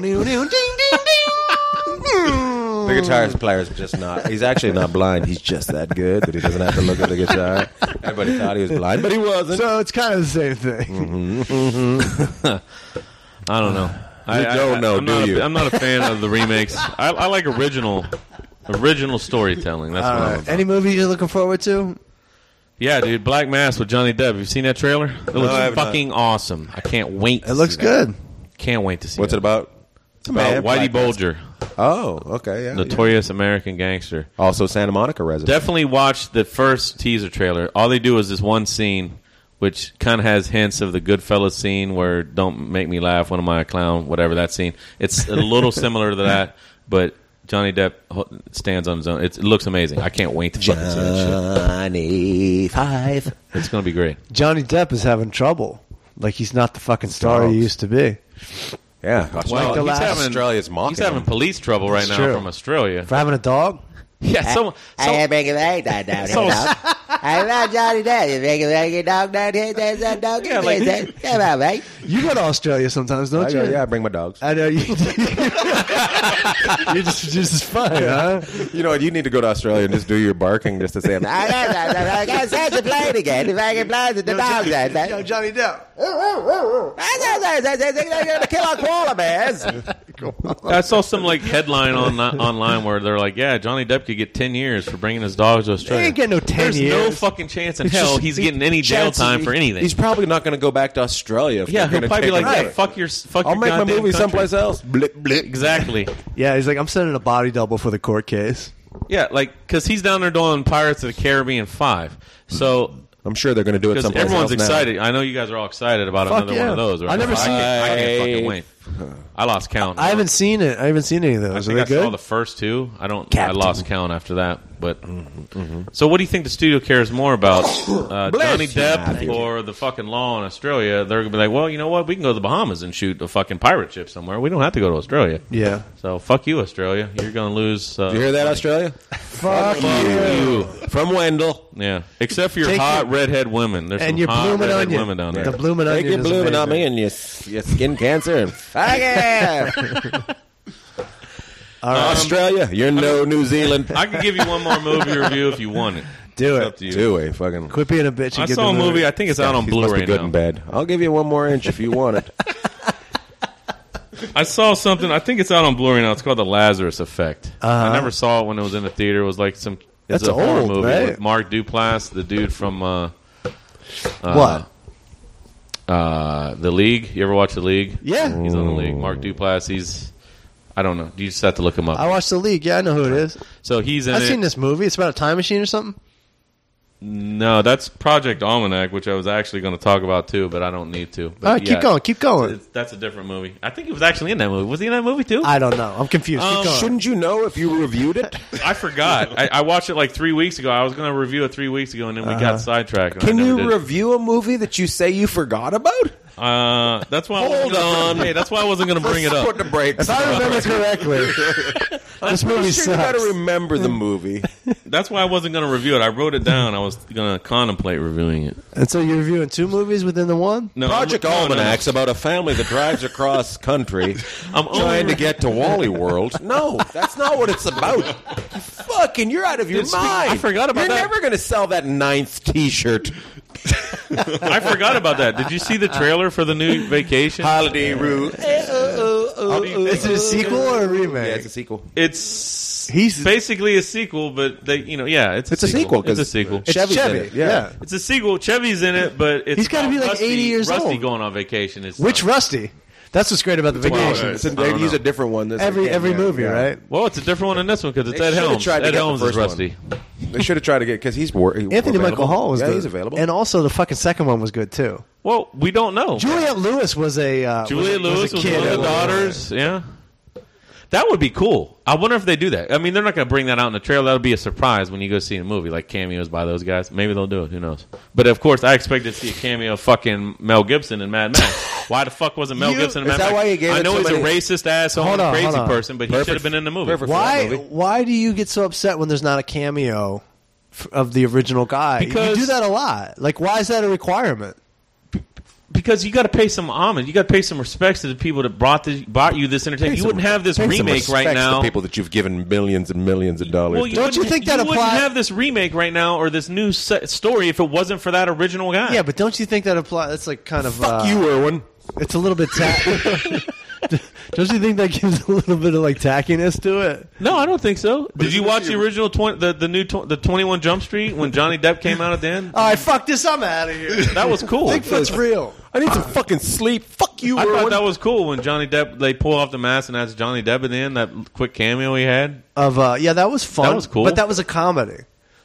Ding, ding, ding. The guitarist player is just not. He's actually not blind. He's just that good that he doesn't have to look at the guitar. Everybody thought he was blind, but he wasn't. So it's kind of the same thing. Mm-hmm. I don't know. I, You don't know, I'm do not a- you? I'm not a fan of the remakes. I, I like original Original storytelling. That's All what I'm right. about. Any movie you're looking forward to? yeah, dude. Black Mass with Johnny Depp. Have you seen that trailer? It looks I have not. fucking awesome. I can't wait. to It looks see that. good. Can't wait to see. What's it that. about? It's About Whitey Black Mass. Bulger, Oh, okay. Yeah, yeah. notorious American gangster. Also, Santa Monica resident. Definitely watch the first teaser trailer. All they do is this one scene, which kind of has hints of the Goodfellas scene where "Don't make me laugh, when am I a clown?" Whatever that scene. It's a little similar to that, but Johnny Depp ho- stands on his own. It's, it looks amazing. I can't wait to fucking see that Johnny Five. shit. It's gonna be great. Johnny Depp is having trouble. Like he's not the fucking star he Dogs. used to be. Yeah, Well, Australia- he's having- Australia's mocking. He's having him. police trouble right It's now true. from Australia. For having a dog? Yeah, someone. I some- am making that dog down here, So- dog. I love Johnny Depp. You're making that dog down here. There's that dog. Yeah, like- There's that- Come on, mate. You go to Australia sometimes, don't I you? go, yeah, I bring my Uh, dogs. I know you. You're just just as fun, huh? You know what? You need to go to Australia and just do your barking just to say. I'm- I love that dog. I got such a plane again. If I can play with the dog down there. Johnny Depp. They're going to kill our koala bears. I saw some like headline on online where they're like, "Yeah, Johnny Depp could get ten years for bringing his dogs to Australia." He ain't getting no 10 There's no years. fucking chance in It's hell just- he's getting any jail chances- time for anything. He's probably not going to go back to Australia. If yeah, they're he'll gonna probably be take like, him "Yeah, back. fuck your, fuck I'll your make my goddamn movie country." someplace else. Blip, blip. Exactly. Yeah, he's like, I'm sending a body double for the court case. Yeah, like because he's down there doing Pirates of the Caribbean Five. So I'm sure they're going to do it because someplace everyone's else now. excited, I know you guys are all excited about Fuck another one yeah. of those. Right? I've never I seen can't, I can't it. fucking wait. I lost count. I haven't seen it. I haven't seen any of those. I Are think they I good? saw the first two. I don't. I lost count after that. But so, what do you think the studio cares more about, uh, Johnny Depp or the fucking law in Australia? They're gonna be like, well, you know what? We can go to the Bahamas and shoot a fucking pirate ship somewhere. We don't have to go to Australia. yeah. So fuck you, Australia. You're gonna lose. Uh, You hear that, Australia? Fuck you. From Wendell. Yeah, except for your Take hot your- redhead women. There's And some your hot blooming redhead onion. women down there. The blooming onion. Take your is bloom and not me amazing. and your, s- your skin cancer and fuck it. Australia, you're no New Zealand. I could give you one more movie review if you want it. Do It's it. up to you. Do we fucking? Quit being a bitch. And I get saw the a movie. I think it's out on These must be Blu-ray good now. and bad. I'll give you one more inch if you want it. I saw something. I think it's out on Blu-ray now. It's called The Lazarus Effect. I never saw it when it was in the theater. It was like some. It's Uh-huh. That's a horror old, movie right? with Mark Duplass, the dude from uh, what? uh, the League. You ever watch the League? Yeah. he's on the League. Mark Duplass. He's. I don't know. You just have to look him up. I watched the league. Yeah, I know who it is. so he's in I've it. seen this movie. It's about a time machine or something. No, that's Project Almanac, which I was actually going to talk about too, but I don't need to. But All right, keep yeah, going. Keep going. it's- That's a different movie. I think he was actually in that movie. Was he in that movie too? I don't know. I'm confused. Um, keep going. Shouldn't you know if you reviewed it? I forgot. I, I watched it like three weeks ago. I was going to review it three weeks ago, and then we got sidetracked. and I Uh-huh. Can never you did. review a movie that you say you forgot about? Uh, that's why. I wasn't Hold gonna bring- on. Hey, that's why I wasn't going to bring it Put up. the brakes. If I remember correctly, this movie you got to sucks. Hmm. remember the movie. That's why I wasn't going to review it. I wrote it down. I was going to contemplate reviewing it. And so you're reviewing two movies within the one. No, Project I'm, no, no, no. Almanac's about a family that drives across country I'm only trying to get to Wally World. No, that's not what it's about. Fucking, you're out of your Dude, speak- mind. I forgot about You're that. never going to sell that ninth T-shirt. I forgot about that. Did you see the trailer for the new Vacation? Holiday Route. oh. Is it a sequel or a remake? Yeah, it's a sequel. It's He's- basically a sequel, but they, you know, yeah, it's a It's a sequel. sequel. 'cause It's a sequel. It's Chevy's in Chevy, it, yeah. It's a sequel. Chevy's in it, but it's He's gotta about be, like, Rusty, 80 years Rusty old. going on vacation. It's Which Rusty? That's what's great about the vacation. Wow, It's a, I they don't use know. a different one. This Every again, every yeah, movie, yeah. right? uh, well, it's a different one than this one because it's They Ed should've Helms. tried to Ed get the Helms is first one. Rusty. They should have tried to get because he's wor- he- Anthony available. Michael Hall was yeah, good, he's available. and also the fucking second one was good too. Well, we don't know. Juliet Lewis was a uh, Julia was, Lewis was a was, kid one of the at one point. daughters. Yeah. That would be cool. I wonder if they do that. I mean, they're not going to bring that out in the trailer. That'll be a surprise when you go see the movie, like cameos by those guys. Maybe they'll do it. Who knows? But of course, I expect to see a cameo of fucking Mel Gibson and Mad Max. why the fuck wasn't Mel You- Gibson? in Mad is that Max? why you gave I it know so he's many- a racist asshole, Hold and on, crazy hold on. person, but he should have been in the movie. Perfect. Why That movie. why do you get so upset when there's not a cameo f- of the original guy? Because- you do that a lot. Like, why is that a requirement? Because you got to pay some homage. You got to pay some respects to the people that brought the, brought you this entertainment. you wouldn't have this Pay some remake right respects to now. people that you've given millions and millions of dollars. Well, to. you Don't wouldn't- you think that wouldn't apply- have this remake right now or this new se- story if it wasn't for that original guy? uh, Yeah, but don't you think that applies? That's like kind of Fuck uh, you, Irwin. It's a little bit. Ta- Don't you think that gives a little bit of like tackiness to it? No, I don't think so. Did you isn't this watch the the original twen- the the new tw- the Twenty One Jump Street when Johnny Depp came out at the end? All right, fuck this. I'm out of here. That was cool. I Bigfoot's real. I need some fucking sleep. Fuck you. thought Irwin. that was cool when Johnny Depp they pull off the mask and that's Johnny Depp at the end. That quick cameo he had. Of uh, yeah, that was fun. That was cool. but that was a comedy.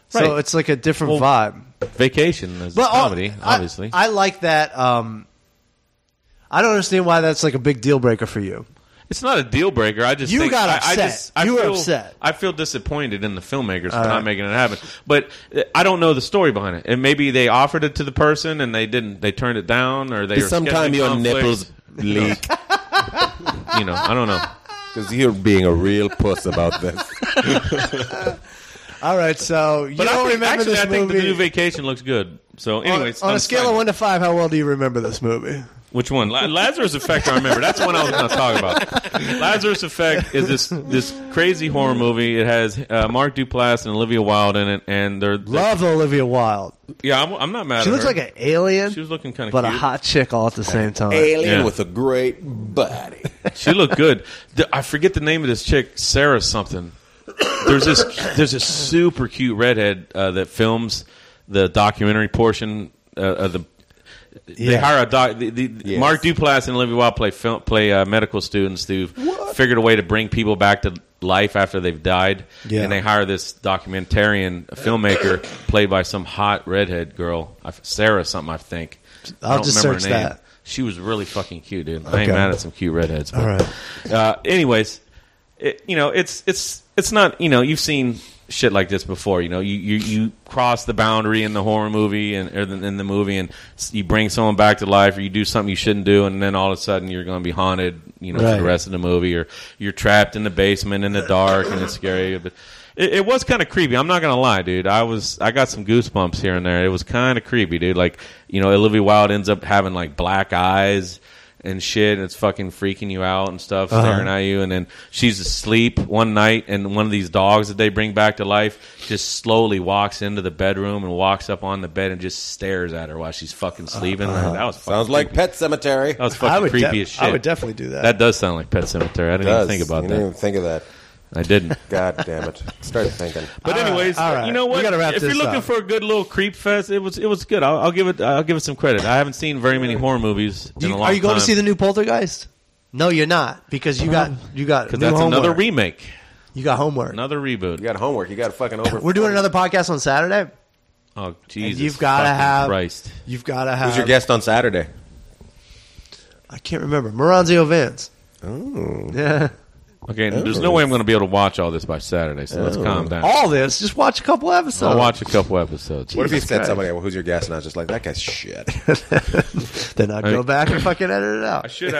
So Right. it's like a different Well, vibe. Vacation is But a all- comedy, I- obviously. I, like that. Um, I don't understand why that's like a big deal breaker for you. it's not a deal breaker. I just You think, got I- I, upset. just, I You were feel, upset. I feel disappointed in the filmmakers for not making it happen. But uh, I don't know the story behind it. And maybe they offered it to the person and they didn't. They turned it down or they. were Sometime scheduling your conflicts. nipples leak You know, I don't know. because you're being a real puss about this. All right, so you But I don't think, remember actually, this I think movie. the new Vacation looks good. So, on, anyways, on I'm a scale of excited. one to five, how well do you remember this movie? Which one? La- Lazarus Effect. I remember. That's the one I was going to talk about. Lazarus Effect is this this crazy horror movie. It has uh, Mark Duplass and Olivia Wilde in it, and they're, they're- Love Olivia Wilde. yeah. I'm, I'm not mad. She at looks her. like an alien, She was looking kind of but a cute. hot chick all at the same time. Alien Yeah. with a great body. she looked good. The- I forget the name of this chick, Sarah something. There's this there's this super cute redhead uh, that films the documentary portion uh, of the. They Yeah. hire a doc. The, the, Yes. Mark Duplass and Olivia Wilde play film, play uh, medical students who figured a way to bring people back to life after they've died, Yeah. and they hire this documentarian a filmmaker played by some hot redhead girl, I f- Sarah something I think. I I'll don't just remember search her name. that. She was really fucking cute, dude. I ain't Okay. mad at some cute redheads. But, All right. uh, anyways, it, you know, it's it's it's not you know you've seen shit like this before. You know, you you, you cross the boundary in the horror movie and or in in the movie, and s- you bring someone back to life, or you do something you shouldn't do, and then all of a sudden you're going to be haunted. You know, for Right. the rest of the movie, or you're trapped in the basement in the dark and it's scary. But it, it was kind of creepy. I'm not gonna lie, dude. I was I got some goosebumps here and there. It was kind of creepy, dude. Like you know, Olivia Wilde ends up having like black eyes and shit, and it's fucking freaking you out and stuff, staring at you. And then she's asleep one night, and one of these dogs that they bring back to life just slowly walks into the bedroom and walks up on the bed and just stares at her while she's fucking sleeping. Uh-huh. Like, that was fucking, Sounds like Pet Cemetery. that was fucking creepy def- as shit. I would definitely do that. That does sound like Pet Cemetery. I didn't Does. even think about you that. Didn't even think of that. I didn't. God damn it! Start thinking. But anyways, all right. you know We what? gotta wrap if you're this looking up. for a good little creep fest, it was it was good. I'll, I'll give it I'll give it some credit. I haven't seen very many horror movies in You- a long are you going time. to see the new Poltergeist? No, you're not because you got you got new Because that's homework. another remake, you got homework. another reboot. You got homework. You got to fucking over. We're doing another podcast on Saturday. Oh Jesus! you've gotta fucking have- Christ. You've got to have. Who's your guest on Saturday? I can't remember. Moranzio Vance. Oh, Yeah. Okay, there's no way I'm going to be able to watch all this by Saturday, so let's calm down. Oh. All this. Just watch a couple episodes. I'll watch a couple episodes. what if you Jesus said Christ. somebody? Well, who's your guest? And I was just like, that guy's shit. then I'd go Hey. back and fucking edit it I out. should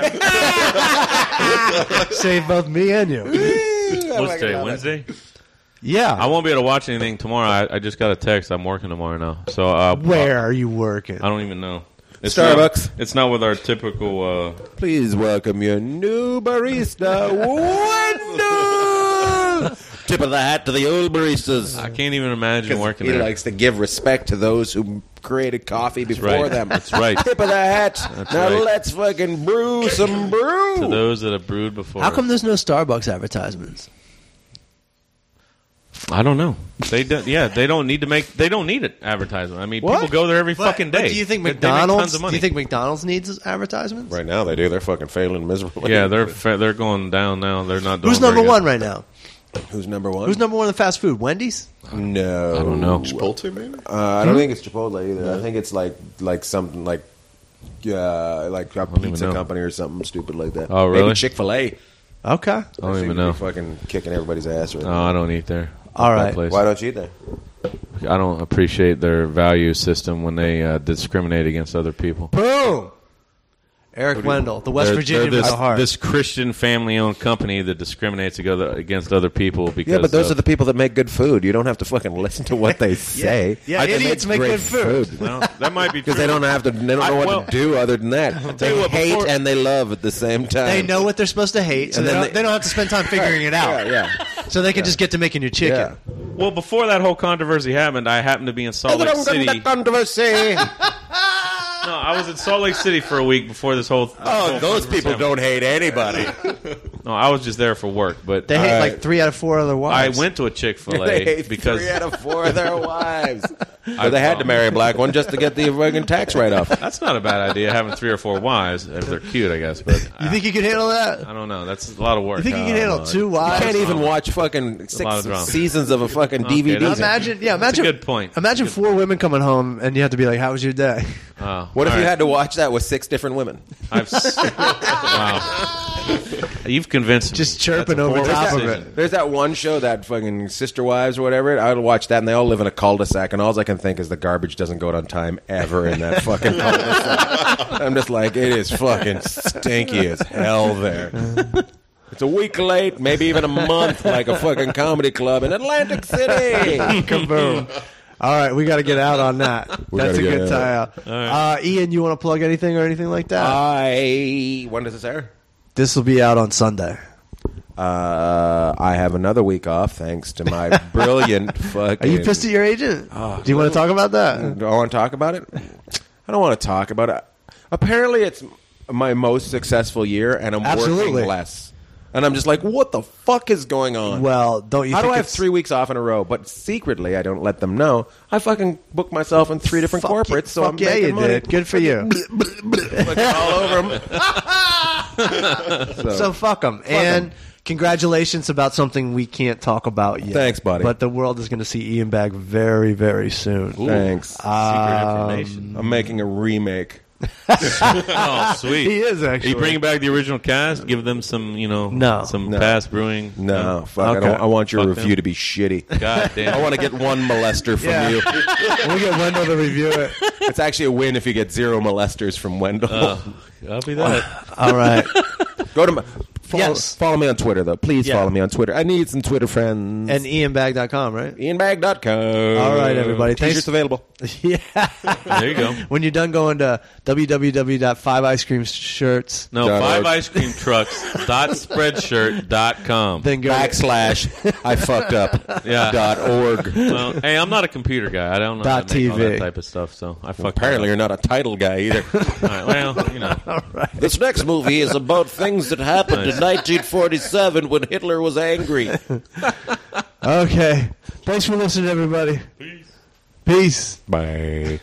have. Save both me and you. Oh What's today? Wednesday. I Yeah. won't be able to watch anything tomorrow. I, I just got a text. I'm working tomorrow now, so uh, Where are you working? I don't even know. It's Starbucks. Not, it's not with our typical. Uh, Please welcome your new barista, Wendell. Tip of the hat to the old baristas. I can't even imagine working he there. likes to give respect to those who created coffee before right. them. That's right. Tip of the hat. now right. let's fucking brew some brew. to those that have brewed before. How come there's no Starbucks advertisements? I don't know. They don't. Yeah, they don't need to make. They don't need it advertisement. I mean, people go there every fucking day. do you think They- They make tons McDonald's? of Do money. you think McDonald's needs advertisements? Right now they do. They're fucking failing miserably. yeah, they're fa- they're going down now. They're not. Doing Who's number very one good. right now? Who's number one? Who's number one in the fast food? Wendy's. No, I don't know. Hmm? Chipotle, maybe? Uh, I don't think it's Chipotle either. I think it's like like something like uh, like a even pizza know. company or something stupid like that. Oh, really? Maybe Chick Fil A. Okay. I don't even know. Fucking kicking everybody's ass right No, now. I don't eat there. All That right. place. Why don't you then? I don't appreciate their value system when they uh, discriminate against other people. Boom. Eric Wendell, the West They're- Virginia they're with this, the heart. this Christian family-owned company that discriminates ag- against other people because uh, Yeah, but those of- are the people that make good food. You don't have to fucking listen to what they say. Yeah, They idiots make good great food. Well, that might be Because they don't have to, they don't know I- what well- to do other than that. They you what, hate before- and they love at the same time. they know what they're supposed to hate, so And they then don't, they- they don't have to spend time figuring it out. Yeah, So they can just get to making your yeah, chicken. yeah. Well, before that whole controversy happened, I happened to be in Salt Lake City. controversy. No, I was in Salt Lake City for a week before this whole. Oh, those people don't hate anybody. No, I was just there for work, but They I, hate All like right. three out of four other I wives. went to a Chick Fil they A hate because three out of four of their wives. I- But they had to marry a black one just to get the friggin' tax write off. that's not a bad idea. Having three or four wives if they're cute, I guess. But You I, think you could handle that? I don't know. That's a lot of work. Uh, You think you I can don't handle know. two You wives? can't even watch fucking lot of six drama. seasons of a fucking DVD. that's- Imagine, yeah, That's a imagine. good point. Imagine four women coming home and you have to be like, "How was your day?" Oh, what if all you right. had to watch that with six different women? I've s- wow. You've convinced me. Just chirping over horrible top of decision. it. There's that one show that fucking Sister Wives or whatever. I would watch that, and they all live in a cul-de-sac, and all I can think is the garbage doesn't go out on time ever in that fucking cul-de-sac. I'm just like, it is fucking stinky as hell there. It's a week late, maybe even a month, like a fucking comedy club in Atlantic City. Kaboom! All right, we got to get out on that. We That's a gotta get good tie out. out. Uh, Ian, you want to plug anything or anything like that? Uh, I when does this air? this will be out on Sunday. Uh, I have another week off thanks to my brilliant Are fucking. you pissed at your agent? Do you want to talk about that? Do I want to talk about it? I don't want to talk about it. Apparently, it's my most successful year, and I'm Absolutely. working less. And I'm just like, what the fuck is going on? Well, don't you? How do think I have it's- three weeks off in a row? But secretly, I don't let them know. I fucking booked myself in three different Fuck you- corporates, so fuck I'm yeah, making you money did. Good for you. fucking all over 'em. So fuck them. and congratulations about something we can't talk about yet. Thanks, buddy. But the world is going to see Ian back very, very soon. Thanks. Um, Um, Secret information. I'm making a remake. Oh, sweet. He is Are actually. you bringing back the original cast? Give them some, you know, No. some No. past brewing. No, fuck. Okay. I, don't, I want your Fuck review them. to be shitty. God I damn. want to get one molester from Yeah. you. we'll get Wendell to review it. It's actually a win if you get zero molesters from Wendell. I'll be Uh, that. All right. Go to my, follow, Yes. follow me on Twitter though. Please Yeah. follow me on Twitter. I need some Twitter friends. And ianbag.com, right? IanBag.com. All right, everybody. T-shirts Thanks- available. Yeah. There you go. When you're done going to www.5icecreamshirts, No, Dot five org. ice cream trucks dot spreadshirt dot com. then go. Backslash. I fucked up. Yeah. Dot org. Well, hey, I'm not a computer guy. I don't know Dot how to make all TV. that type of stuff. So I fuck. Apparently, you're that not a title guy either. up. All right, well, you know, this next movie is about things that happened in 1947 when Hitler was angry. Okay. Thanks for listening, everybody. Peace. Peace. Bye.